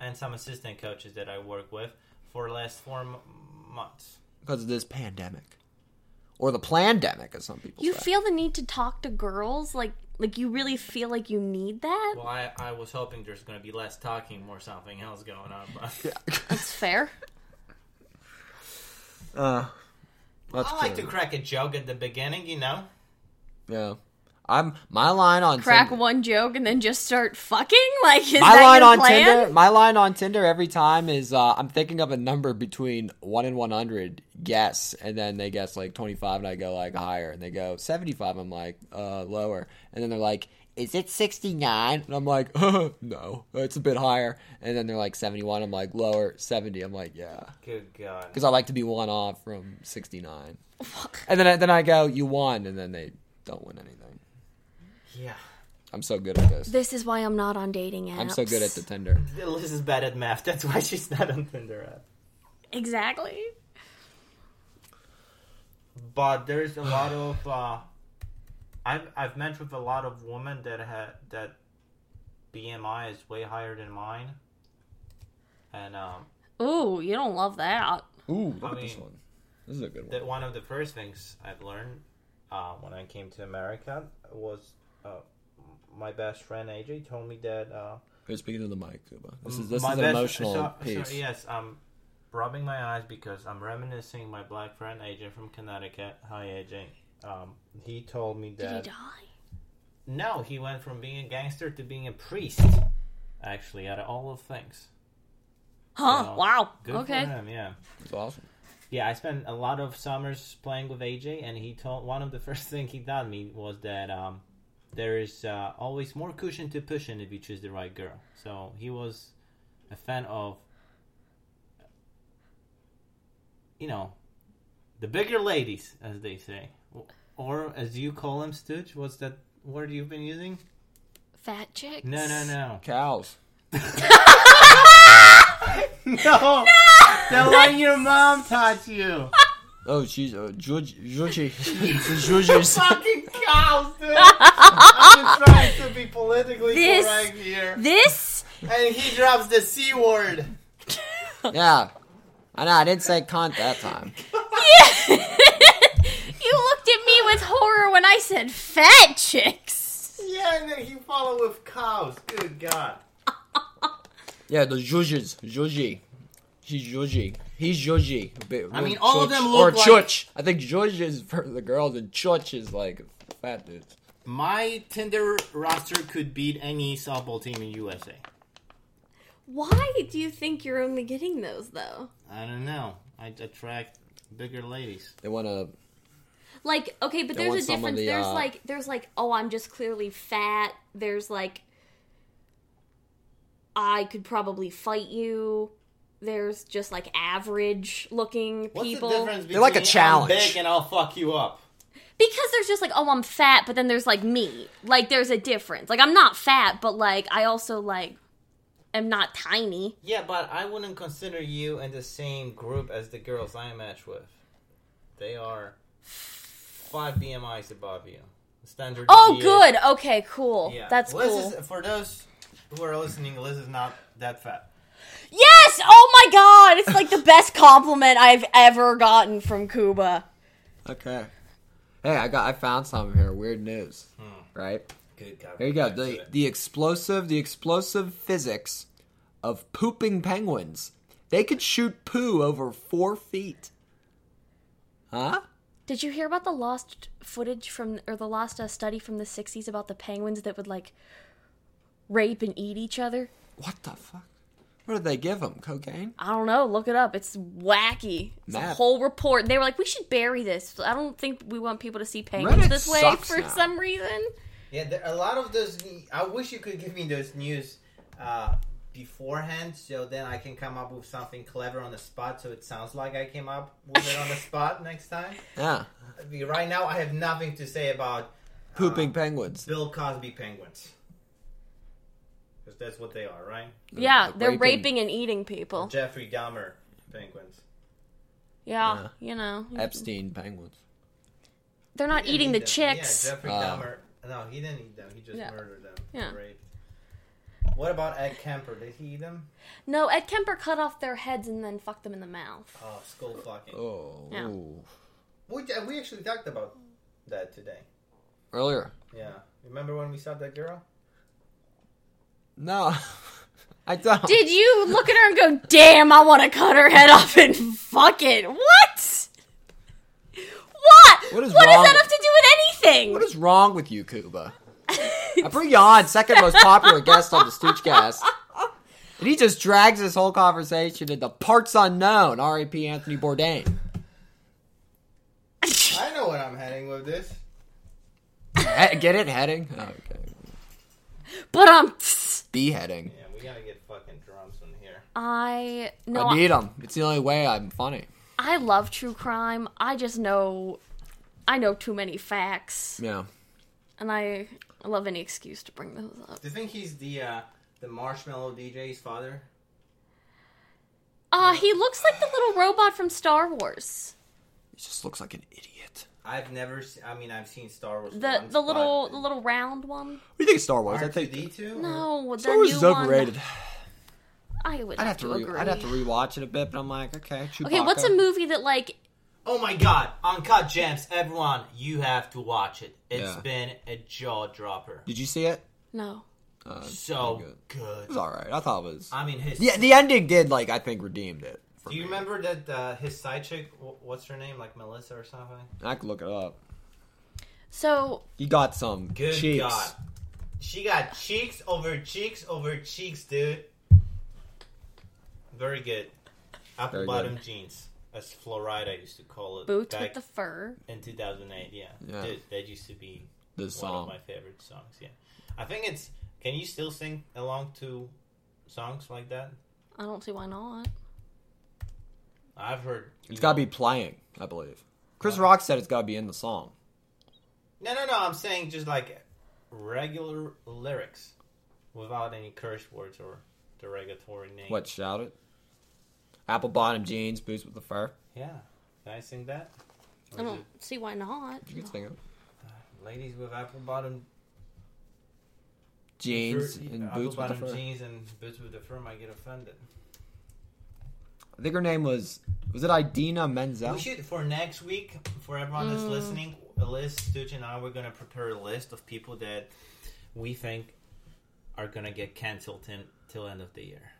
Speaker 2: and some assistant coaches that I work with for the last four m- months.
Speaker 1: because of this pandemic, or the plandemic, as some people
Speaker 3: You
Speaker 1: say.
Speaker 3: feel the need to talk to girls like like you really feel like you need that?
Speaker 2: Well, I, I was hoping there's going to be less talking, more something else going on. But
Speaker 3: That's fair.
Speaker 1: uh, that's
Speaker 2: I like to
Speaker 1: true.
Speaker 2: crack a joke at the beginning, you know?
Speaker 1: Yeah, I'm my line on
Speaker 3: Crack
Speaker 1: Tinder.
Speaker 3: one joke and then just start fucking? Like is
Speaker 1: my
Speaker 3: that
Speaker 1: line
Speaker 3: your
Speaker 1: on
Speaker 3: plan?
Speaker 1: Tinder. My line on Tinder every time is uh, I'm thinking of a number between one and one hundred. Guess, and then they guess like twenty five, and I go like higher, and they go seventy five. I'm like uh, lower, and then they're like, "Is it 69? And I'm like, "No, it's a bit higher." And then they're like seventy one. I'm like lower seventy. I'm like, yeah,
Speaker 2: Good God.
Speaker 1: because I like to be one off from sixty nine. And then I, then I go, "You won," and then they don't win anything.
Speaker 2: Yeah.
Speaker 1: I'm so good at this.
Speaker 3: This is why I'm not on dating apps.
Speaker 1: I'm so good at the Tinder.
Speaker 2: Liz is bad at math. That's why she's not on Tinder app.
Speaker 3: Exactly.
Speaker 2: but there's a lot of uh, I've I've met with a lot of women that had that BMI is way higher than mine, and um,
Speaker 3: Ooh, you don't love that.
Speaker 1: Ooh, look
Speaker 2: I
Speaker 1: at this
Speaker 2: mean-
Speaker 1: one. This is a good one.
Speaker 2: that one of the first things I've learned uh, when I came to America was uh, my best friend AJ told me that uh,
Speaker 1: Hey, speaking to the mic, Kuba. This is this
Speaker 2: my
Speaker 1: is
Speaker 2: best-
Speaker 1: an emotional
Speaker 2: so- so,
Speaker 1: piece.
Speaker 2: yes, I'm rubbing my eyes because I'm reminiscing my black friend AJ from Connecticut. Hi AJ. Um, he told me
Speaker 3: Did he
Speaker 2: that
Speaker 3: die?
Speaker 2: No, he went from being a gangster to being a priest. Actually, out of all of things.
Speaker 3: Huh.
Speaker 2: So,
Speaker 3: wow.
Speaker 2: Good
Speaker 3: Okay.
Speaker 2: for him. Yeah.
Speaker 1: It's awesome.
Speaker 2: Yeah, I spent a lot of summers playing with AJ, and he told one of the first things he taught me was that um, there is uh, always more cushion to push in if you choose the right girl. So he was a fan of, you know, the bigger ladies, as they say, or as you call them, Stooge. What's that word you've been using?
Speaker 3: Fat chicks.
Speaker 2: No, no, no.
Speaker 1: Cows.
Speaker 2: No! The one your mom taught you!
Speaker 1: Oh, she's uh, Georgie. Georgie. Georgie's.
Speaker 2: Fucking cows, dude! I'm just trying to be politically
Speaker 3: This-
Speaker 2: correct here.
Speaker 3: This
Speaker 2: And he drops the C word.
Speaker 1: Yeah. I know. I didn't say cunt that time.
Speaker 3: You looked at me with horror when I said fat chicks.
Speaker 2: Yeah, and then he followed with cows. Good God.
Speaker 1: Yeah, the Zhuzhes. Zhuzhi. She's Zhuzhi. He's Zhuzhi.
Speaker 2: I mean, all of them
Speaker 1: Or
Speaker 2: look like-
Speaker 1: Chuch. I think Zhuzh is for the girls and Chuch is like fat dude.
Speaker 2: My Tinder roster could beat any softball team in USA.
Speaker 3: Why do you think you're only getting those though?
Speaker 2: I don't know. I attract bigger ladies.
Speaker 1: They want to.
Speaker 3: Like, okay, but
Speaker 1: They
Speaker 3: there's
Speaker 1: want
Speaker 3: a
Speaker 1: some of
Speaker 3: difference.
Speaker 1: the,
Speaker 3: there's
Speaker 1: uh,
Speaker 3: like there's like, oh, I'm just clearly fat. There's like I could probably fight you. There's just like average looking
Speaker 2: What's
Speaker 3: people.
Speaker 2: the difference between
Speaker 1: like a
Speaker 2: I'm
Speaker 1: challenge.
Speaker 2: big and I'll fuck you up?
Speaker 3: Because there's just like, oh, I'm fat, but then there's like me. Like there's a difference. Like I'm not fat, but like I also like am not tiny.
Speaker 2: Yeah, but I wouldn't consider you in the same group as the girls I match with. They are five BMIs above you. Standard.
Speaker 3: Oh,
Speaker 2: deviation.
Speaker 3: good. Okay, cool.
Speaker 2: Yeah.
Speaker 3: That's
Speaker 2: Liz
Speaker 3: cool.
Speaker 2: Is, for those who are listening, Liz is not that fat.
Speaker 3: Yes! Oh my god! It's like the best compliment I've ever gotten from Cuba.
Speaker 1: Okay. Hey, I got. I found something here. Weird news.
Speaker 2: Hmm.
Speaker 1: Right.
Speaker 2: Good God.
Speaker 1: There you go. The the explosive the explosive physics of pooping penguins. They could shoot poo over four feet. Huh?
Speaker 3: Did you hear about the lost footage from, or the lost uh, study from the 60s about the penguins that would like rape and eat each other?
Speaker 1: What the fuck? What did they give them? Cocaine?
Speaker 3: I don't know. Look it up. It's wacky. It's a
Speaker 1: Mad.
Speaker 3: whole report. They were like, we should bury this. I don't think we want people to see penguins
Speaker 1: Reddit
Speaker 3: this way
Speaker 1: sucks
Speaker 3: for
Speaker 1: now.
Speaker 3: some reason.
Speaker 2: Yeah, there, a lot of those. I wish you could give me those news uh, beforehand, so then I can come up with something clever on the spot. So it sounds like I came up with it on the spot next time.
Speaker 1: Yeah.
Speaker 2: I mean, Right now, I have nothing to say about
Speaker 1: Pooping penguins.
Speaker 2: Bill Cosby penguins because that's what they are, right?
Speaker 3: yeah,
Speaker 1: the
Speaker 3: they're
Speaker 1: raping-
Speaker 3: raping and eating people.
Speaker 2: Jeffrey Dahmer penguins.
Speaker 3: Yeah,
Speaker 1: Yeah.
Speaker 3: you know.
Speaker 1: Epstein penguins.
Speaker 3: They're not
Speaker 2: He didn't
Speaker 3: eating
Speaker 2: eat
Speaker 3: the
Speaker 2: them.
Speaker 3: chicks.
Speaker 2: Yeah, Jeffrey
Speaker 1: Ah.
Speaker 2: Dahmer. No, he didn't eat them. He just
Speaker 3: Yeah.
Speaker 2: murdered them.
Speaker 3: Yeah.
Speaker 2: Raped. What about Ed Kemper? Did he eat them?
Speaker 3: No, Ed Kemper cut off their heads and then fucked them in the mouth.
Speaker 2: Oh, skull fucking.
Speaker 1: Oh.
Speaker 3: Yeah.
Speaker 2: We, we actually talked about that today.
Speaker 1: Earlier.
Speaker 2: Yeah. Remember when we saw that girl?
Speaker 1: No. I don't.
Speaker 3: Did you look at her and go, damn, I want to cut her head off and fuck it? What? What?
Speaker 1: What is
Speaker 3: does
Speaker 1: wrong-
Speaker 3: that have to do with anything?
Speaker 1: What is wrong with you, Cuba? I bring you on, second most popular guest on the Stoochcast. And he just drags this whole conversation into parts unknown. R.A.P. Anthony Bourdain.
Speaker 2: I know what I'm heading with this.
Speaker 1: He- get it? Heading? Oh, okay.
Speaker 3: but um,
Speaker 1: Beheading.
Speaker 2: Yeah, we gotta get fucking drums in here.
Speaker 3: I no,
Speaker 1: I
Speaker 3: I,
Speaker 1: need him. It's the only way I'm funny.
Speaker 3: I love true crime. I just know, I know too many facts,
Speaker 1: Yeah.
Speaker 3: and I I love any excuse to bring those up.
Speaker 2: Do you think he's the uh, the marshmallow DJ's father?
Speaker 3: Uh, he looks like the little robot from Star Wars.
Speaker 1: He just looks like an idiot.
Speaker 2: I've never. Se- I mean, I've seen Star Wars.
Speaker 3: The
Speaker 2: once,
Speaker 3: the little the
Speaker 2: but-
Speaker 3: little round
Speaker 1: What
Speaker 3: one.
Speaker 1: do you think of Star Wars? I think
Speaker 2: R2D2?
Speaker 3: No, the
Speaker 1: Star Wars
Speaker 3: new
Speaker 1: is overrated.
Speaker 3: One. I would
Speaker 1: I'd have to
Speaker 3: agree.
Speaker 1: re- I'd have to rewatch it a bit, but I'm like, okay, Chewbacca.
Speaker 3: Okay, what's a movie that like
Speaker 2: Oh my god! Uncut Gems, everyone, you have to watch it. It's
Speaker 1: Yeah.
Speaker 2: been a jaw dropper.
Speaker 1: Did you see it?
Speaker 3: no.
Speaker 1: Uh, it
Speaker 2: So
Speaker 1: pretty
Speaker 2: good.
Speaker 1: was all right. I thought it was.
Speaker 2: I mean, his.
Speaker 1: Yeah, the ending did like I think redeemed it. for
Speaker 2: Do you
Speaker 1: me.
Speaker 2: remember that uh, his side chick? wh- What's her name? Like Melissa or something?
Speaker 1: I could look it up.
Speaker 3: So
Speaker 1: You got some
Speaker 2: Good
Speaker 1: cheeks.
Speaker 2: God. She got cheeks over cheeks over cheeks, dude. Very good. Apple
Speaker 1: Very
Speaker 2: bottom
Speaker 1: good.
Speaker 2: jeans, as Florida used to call it
Speaker 3: boots
Speaker 2: back
Speaker 3: with the fur.
Speaker 2: in 2008. Yeah.
Speaker 1: Yeah.
Speaker 2: Dude, that used to be
Speaker 1: This
Speaker 2: one of
Speaker 1: song.
Speaker 2: my favorite songs. Yeah. I think it's. Can you still sing along to songs like that?
Speaker 3: I don't see why not.
Speaker 2: I've heard.
Speaker 1: It's got to be playing, I believe. Chris Rock said it's got to be in the song.
Speaker 2: No, no, no. I'm saying just like regular lyrics without any curse words or derogatory names.
Speaker 1: What shout it? Apple bottom jeans, boots with the fur.
Speaker 2: Yeah. Can I sing that?
Speaker 3: I don't see why not.
Speaker 1: You can sing it.
Speaker 2: Ladies with apple bottom
Speaker 1: Jeans
Speaker 2: fur-
Speaker 1: and
Speaker 2: apple
Speaker 1: boots with the
Speaker 2: bottom
Speaker 1: fur.
Speaker 2: jeans and boots with the fur might get offended.
Speaker 1: I think her name was was it Idina Menzel?
Speaker 2: We should for next week for everyone that's listening. A list, Stooge and I, we're gonna prepare a list of people that we think are gonna get canceled till till end of the year.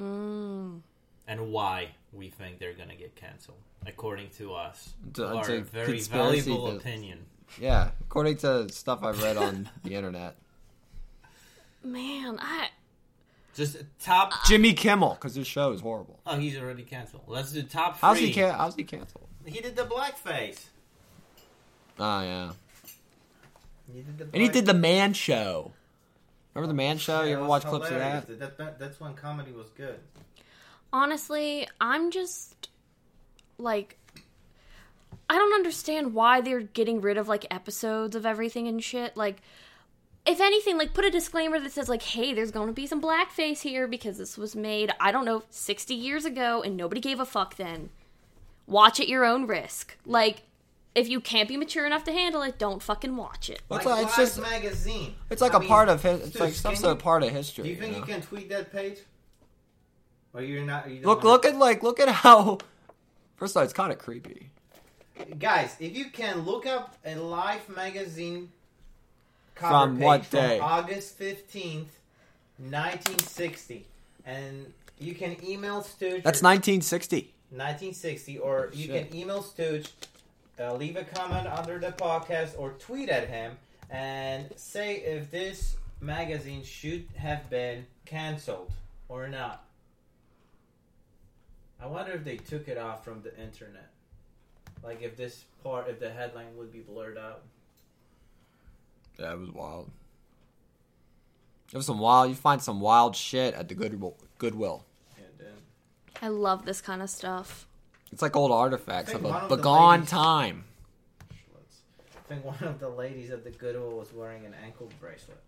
Speaker 3: Mm.
Speaker 6: and why we think they're going to get canceled, according to us.
Speaker 1: To-
Speaker 6: our
Speaker 1: to
Speaker 6: very
Speaker 1: conspiracy
Speaker 6: valuable
Speaker 1: theories.
Speaker 6: opinion.
Speaker 1: Yeah, according to stuff I've read on the internet.
Speaker 3: Man, I
Speaker 6: Just top.
Speaker 2: Ah.
Speaker 1: Jimmy Kimmel, because his show is horrible.
Speaker 6: Oh, he's already canceled. Let's do top three.
Speaker 1: How's he, can- how's he canceled?
Speaker 6: He did the blackface.
Speaker 1: Oh, yeah.
Speaker 2: You did the
Speaker 1: And he
Speaker 2: black-
Speaker 1: did the Man Show. Remember the Man Show? You
Speaker 2: Yeah,
Speaker 1: ever
Speaker 2: it
Speaker 1: watch
Speaker 2: was
Speaker 1: clips of
Speaker 2: hilarious.
Speaker 1: that?
Speaker 2: That- that- That's when comedy was good.
Speaker 3: honestly, I'm just like I don't understand why they're getting rid of like episodes of everything and shit. Like if anything, like put a disclaimer that says like, "Hey, there's going to be some blackface here because this was made, I don't know, 60 years ago and nobody gave a fuck then." Watch at your own risk. Like if you can't be mature enough to handle it, don't fucking watch it.
Speaker 1: It's
Speaker 2: Like
Speaker 1: like, it's
Speaker 2: Live
Speaker 1: just,
Speaker 2: magazine.
Speaker 1: it's like
Speaker 2: a
Speaker 1: a part of his, it's
Speaker 2: dude,
Speaker 1: like stuff's
Speaker 2: can
Speaker 1: a
Speaker 2: you-
Speaker 1: part of history.
Speaker 2: Do you think
Speaker 1: know?
Speaker 2: you can tweet that page? Or you're not? You don't
Speaker 1: Look,
Speaker 2: wanna-
Speaker 1: look at like, look at how. First of all, it's kind of creepy.
Speaker 2: guys. If you can look up a Life magazine cover
Speaker 1: From
Speaker 2: page
Speaker 1: what
Speaker 2: from
Speaker 1: day?
Speaker 2: August fifteenth, nineteen sixty, and you can email Stooge.
Speaker 1: That's 1960.
Speaker 2: 1960, or you
Speaker 1: Shit.
Speaker 2: can email Stooge, uh, leave a comment under the podcast, or tweet at him and say if this magazine should have been canceled or not. I wonder if they took it off from the internet. Like if this part, if the headline would be blurred out.
Speaker 1: Yeah, it was wild. It was some wild. You find some wild shit at the Goodwill. Goodwill.
Speaker 2: Yeah, dude.
Speaker 3: I love this kind of stuff.
Speaker 1: It's like old artifacts
Speaker 2: I
Speaker 1: of
Speaker 2: think
Speaker 1: a
Speaker 2: one of the
Speaker 1: begone
Speaker 2: ladies-
Speaker 1: time.
Speaker 2: Let's- I think one of the ladies at the Goodwill was wearing an ankle bracelet.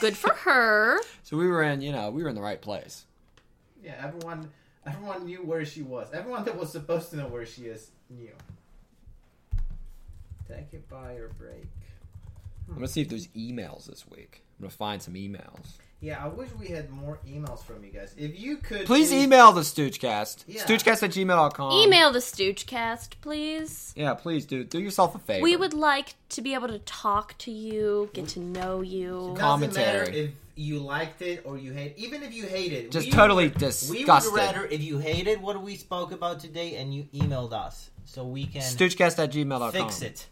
Speaker 3: Good for her.
Speaker 1: So we were in, you know, we were in the right place.
Speaker 2: Yeah, everyone, everyone knew where she was. Everyone that was supposed to know where she is knew. Take it by or break.
Speaker 1: I'm gonna see if there's emails this week. I'm gonna find some emails.
Speaker 2: Yeah, I wish we had more emails from you guys. If you could,
Speaker 1: Please email the Stoochcast.
Speaker 2: Yeah.
Speaker 1: Stoochcast at gmail.com.
Speaker 3: Email the Stoochcast, please.
Speaker 1: Yeah, please do. Do yourself a favor.
Speaker 3: We would like to be able to talk to you, get to know you.
Speaker 2: Doesn't matter
Speaker 1: commentary.
Speaker 2: if you liked it or you hate. Even if you hate it,
Speaker 1: just
Speaker 2: we-
Speaker 1: totally
Speaker 2: We
Speaker 1: disgusted.
Speaker 2: would rather if you hated what we spoke about today and you emailed us, so we can
Speaker 1: Stoochcast at gmail.com.
Speaker 2: fix it.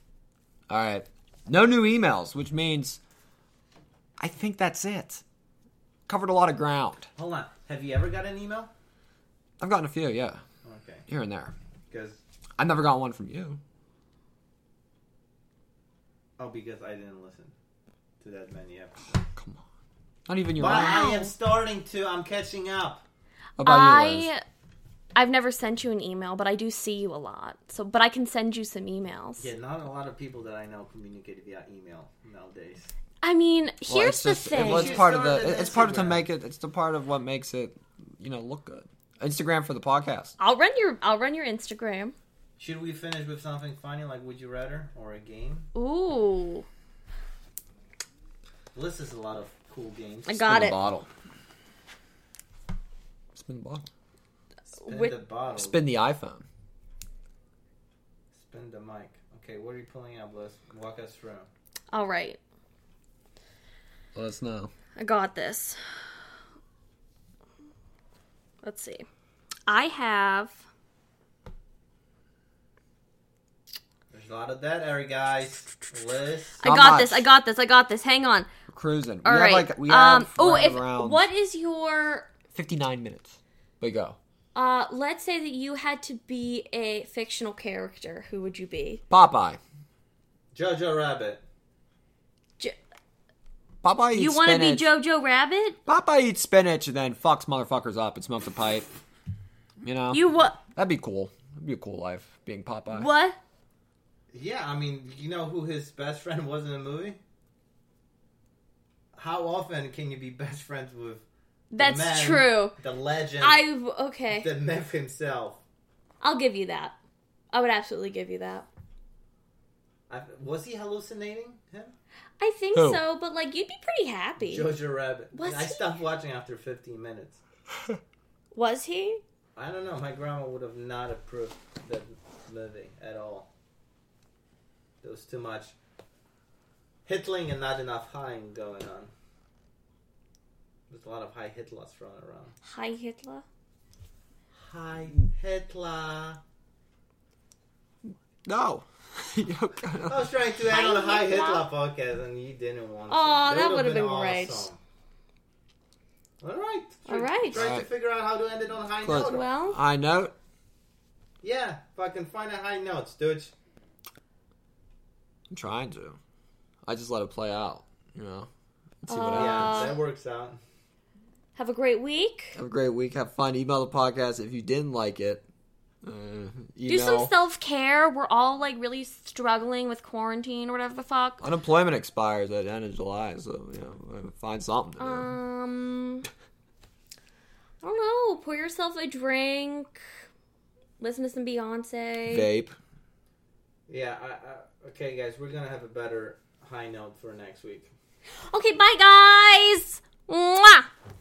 Speaker 1: All right. No new emails, which means I think that's it. Covered a lot of ground.
Speaker 2: Hold on. Have you ever got an email?
Speaker 1: I've gotten a few, yeah,
Speaker 2: Okay,
Speaker 1: here and there.
Speaker 2: because
Speaker 1: I've never gotten one from you.
Speaker 2: oh, because I didn't listen to that many episodes.
Speaker 1: Come on. Not even your
Speaker 2: But
Speaker 1: own.
Speaker 2: I am starting to. I'm catching up.
Speaker 1: How about you, Liz?
Speaker 3: I I've never sent you an email, but I do see you a lot. So but I can send you some emails.
Speaker 2: Yeah, not a lot of people that I know communicate via email nowadays.
Speaker 3: I mean,
Speaker 1: Well,
Speaker 3: here's
Speaker 1: it's
Speaker 3: the
Speaker 1: just-
Speaker 3: thing.
Speaker 1: It was
Speaker 2: You
Speaker 1: part of
Speaker 2: started
Speaker 1: the. It's part of to
Speaker 2: Instagram.
Speaker 1: make it. It's the part of what makes it, you know, look good. Instagram for the podcast.
Speaker 3: I'll run your I'll run your Instagram.
Speaker 2: Should we finish with something funny like Would You Rather or a game?
Speaker 3: Ooh.
Speaker 2: Liz is a lot of cool games.
Speaker 3: I got
Speaker 1: Spin
Speaker 3: it.
Speaker 1: the bottle. Spin the bottle.
Speaker 2: Spin
Speaker 3: With-
Speaker 2: the bottle.
Speaker 1: Spin the iPhone.
Speaker 2: Spin the mic. Okay, what are you pulling up, Liz? Walk us through.
Speaker 3: All right.
Speaker 1: Let us know.
Speaker 3: I got this. Let's see. I have
Speaker 2: There's a lot of that area, guys. Liz.
Speaker 3: I
Speaker 1: Not
Speaker 3: got
Speaker 1: much.
Speaker 3: this. I got this. I got this. Hang on.
Speaker 1: We're cruising.
Speaker 3: All
Speaker 1: we
Speaker 3: right.
Speaker 1: Have like, we have
Speaker 3: um oh, if
Speaker 1: around
Speaker 3: what is your
Speaker 1: 59 minutes. We go.
Speaker 3: Uh, let's say that you had to be a fictional character. Who would you be?
Speaker 1: Popeye.
Speaker 2: Jojo Rabbit.
Speaker 3: Jo-
Speaker 1: Popeye eats
Speaker 3: you want to
Speaker 1: spinach.
Speaker 3: be Jojo Rabbit?
Speaker 1: Popeye eats spinach and then fucks motherfuckers up and smokes a pipe. You know?
Speaker 3: You what?
Speaker 1: That'd be cool. That'd be a cool life, being Popeye.
Speaker 3: What?
Speaker 2: Yeah, I mean, you know who his best friend was in the movie? How often can you be best friends with
Speaker 3: That's
Speaker 2: the man,
Speaker 3: true.
Speaker 2: The legend,
Speaker 3: I okay.
Speaker 2: the myth himself?
Speaker 3: I'll give you that. I would absolutely give you that.
Speaker 2: I, was he hallucinating him?
Speaker 3: I think
Speaker 1: Who?
Speaker 3: so, but like you'd be pretty happy.
Speaker 2: Jojo Rabbit.
Speaker 3: Was
Speaker 2: I
Speaker 3: he?
Speaker 2: stopped watching after 15 minutes.
Speaker 3: Was he?
Speaker 2: I don't know. My grandma would have not approved that movie at all. There was too much hitling and not enough hying going on. There's a lot of high Hitlers thrown around.
Speaker 3: Hi Hitler.
Speaker 2: High Hitler.
Speaker 1: No. Yo, kind of-
Speaker 2: I was trying to end on a
Speaker 3: Hi,
Speaker 2: high
Speaker 3: Hitler.
Speaker 2: Hitler podcast, and you didn't want.
Speaker 3: Aw,
Speaker 2: to.
Speaker 3: that
Speaker 2: would've
Speaker 3: would've been great.
Speaker 2: All right.
Speaker 3: All right.
Speaker 2: Trying
Speaker 1: All
Speaker 2: to
Speaker 1: right.
Speaker 2: figure out how to end it on a high
Speaker 1: Close.
Speaker 2: note.
Speaker 3: Well,
Speaker 1: I know.
Speaker 2: Yeah, fucking find a high note, dude.
Speaker 1: I'm trying to. I just let it play out. You know. Let's see what happens.
Speaker 3: Uh,
Speaker 2: Yeah,
Speaker 3: Uh,
Speaker 2: that works out.
Speaker 3: have a great week.
Speaker 1: Have a great week. Have fun. Email the podcast if you didn't like it. Uh,
Speaker 3: Do some
Speaker 1: email
Speaker 3: self care. We're all like really struggling with quarantine or whatever the fuck.
Speaker 1: unemployment expires at the end of July, so you know find something. To do.
Speaker 3: Um, I don't know. Pour yourself a drink. Listen to some Beyonce.
Speaker 1: Vape.
Speaker 2: Yeah. I, I, okay, guys, we're gonna have a better high note for next week.
Speaker 3: Okay, bye guys.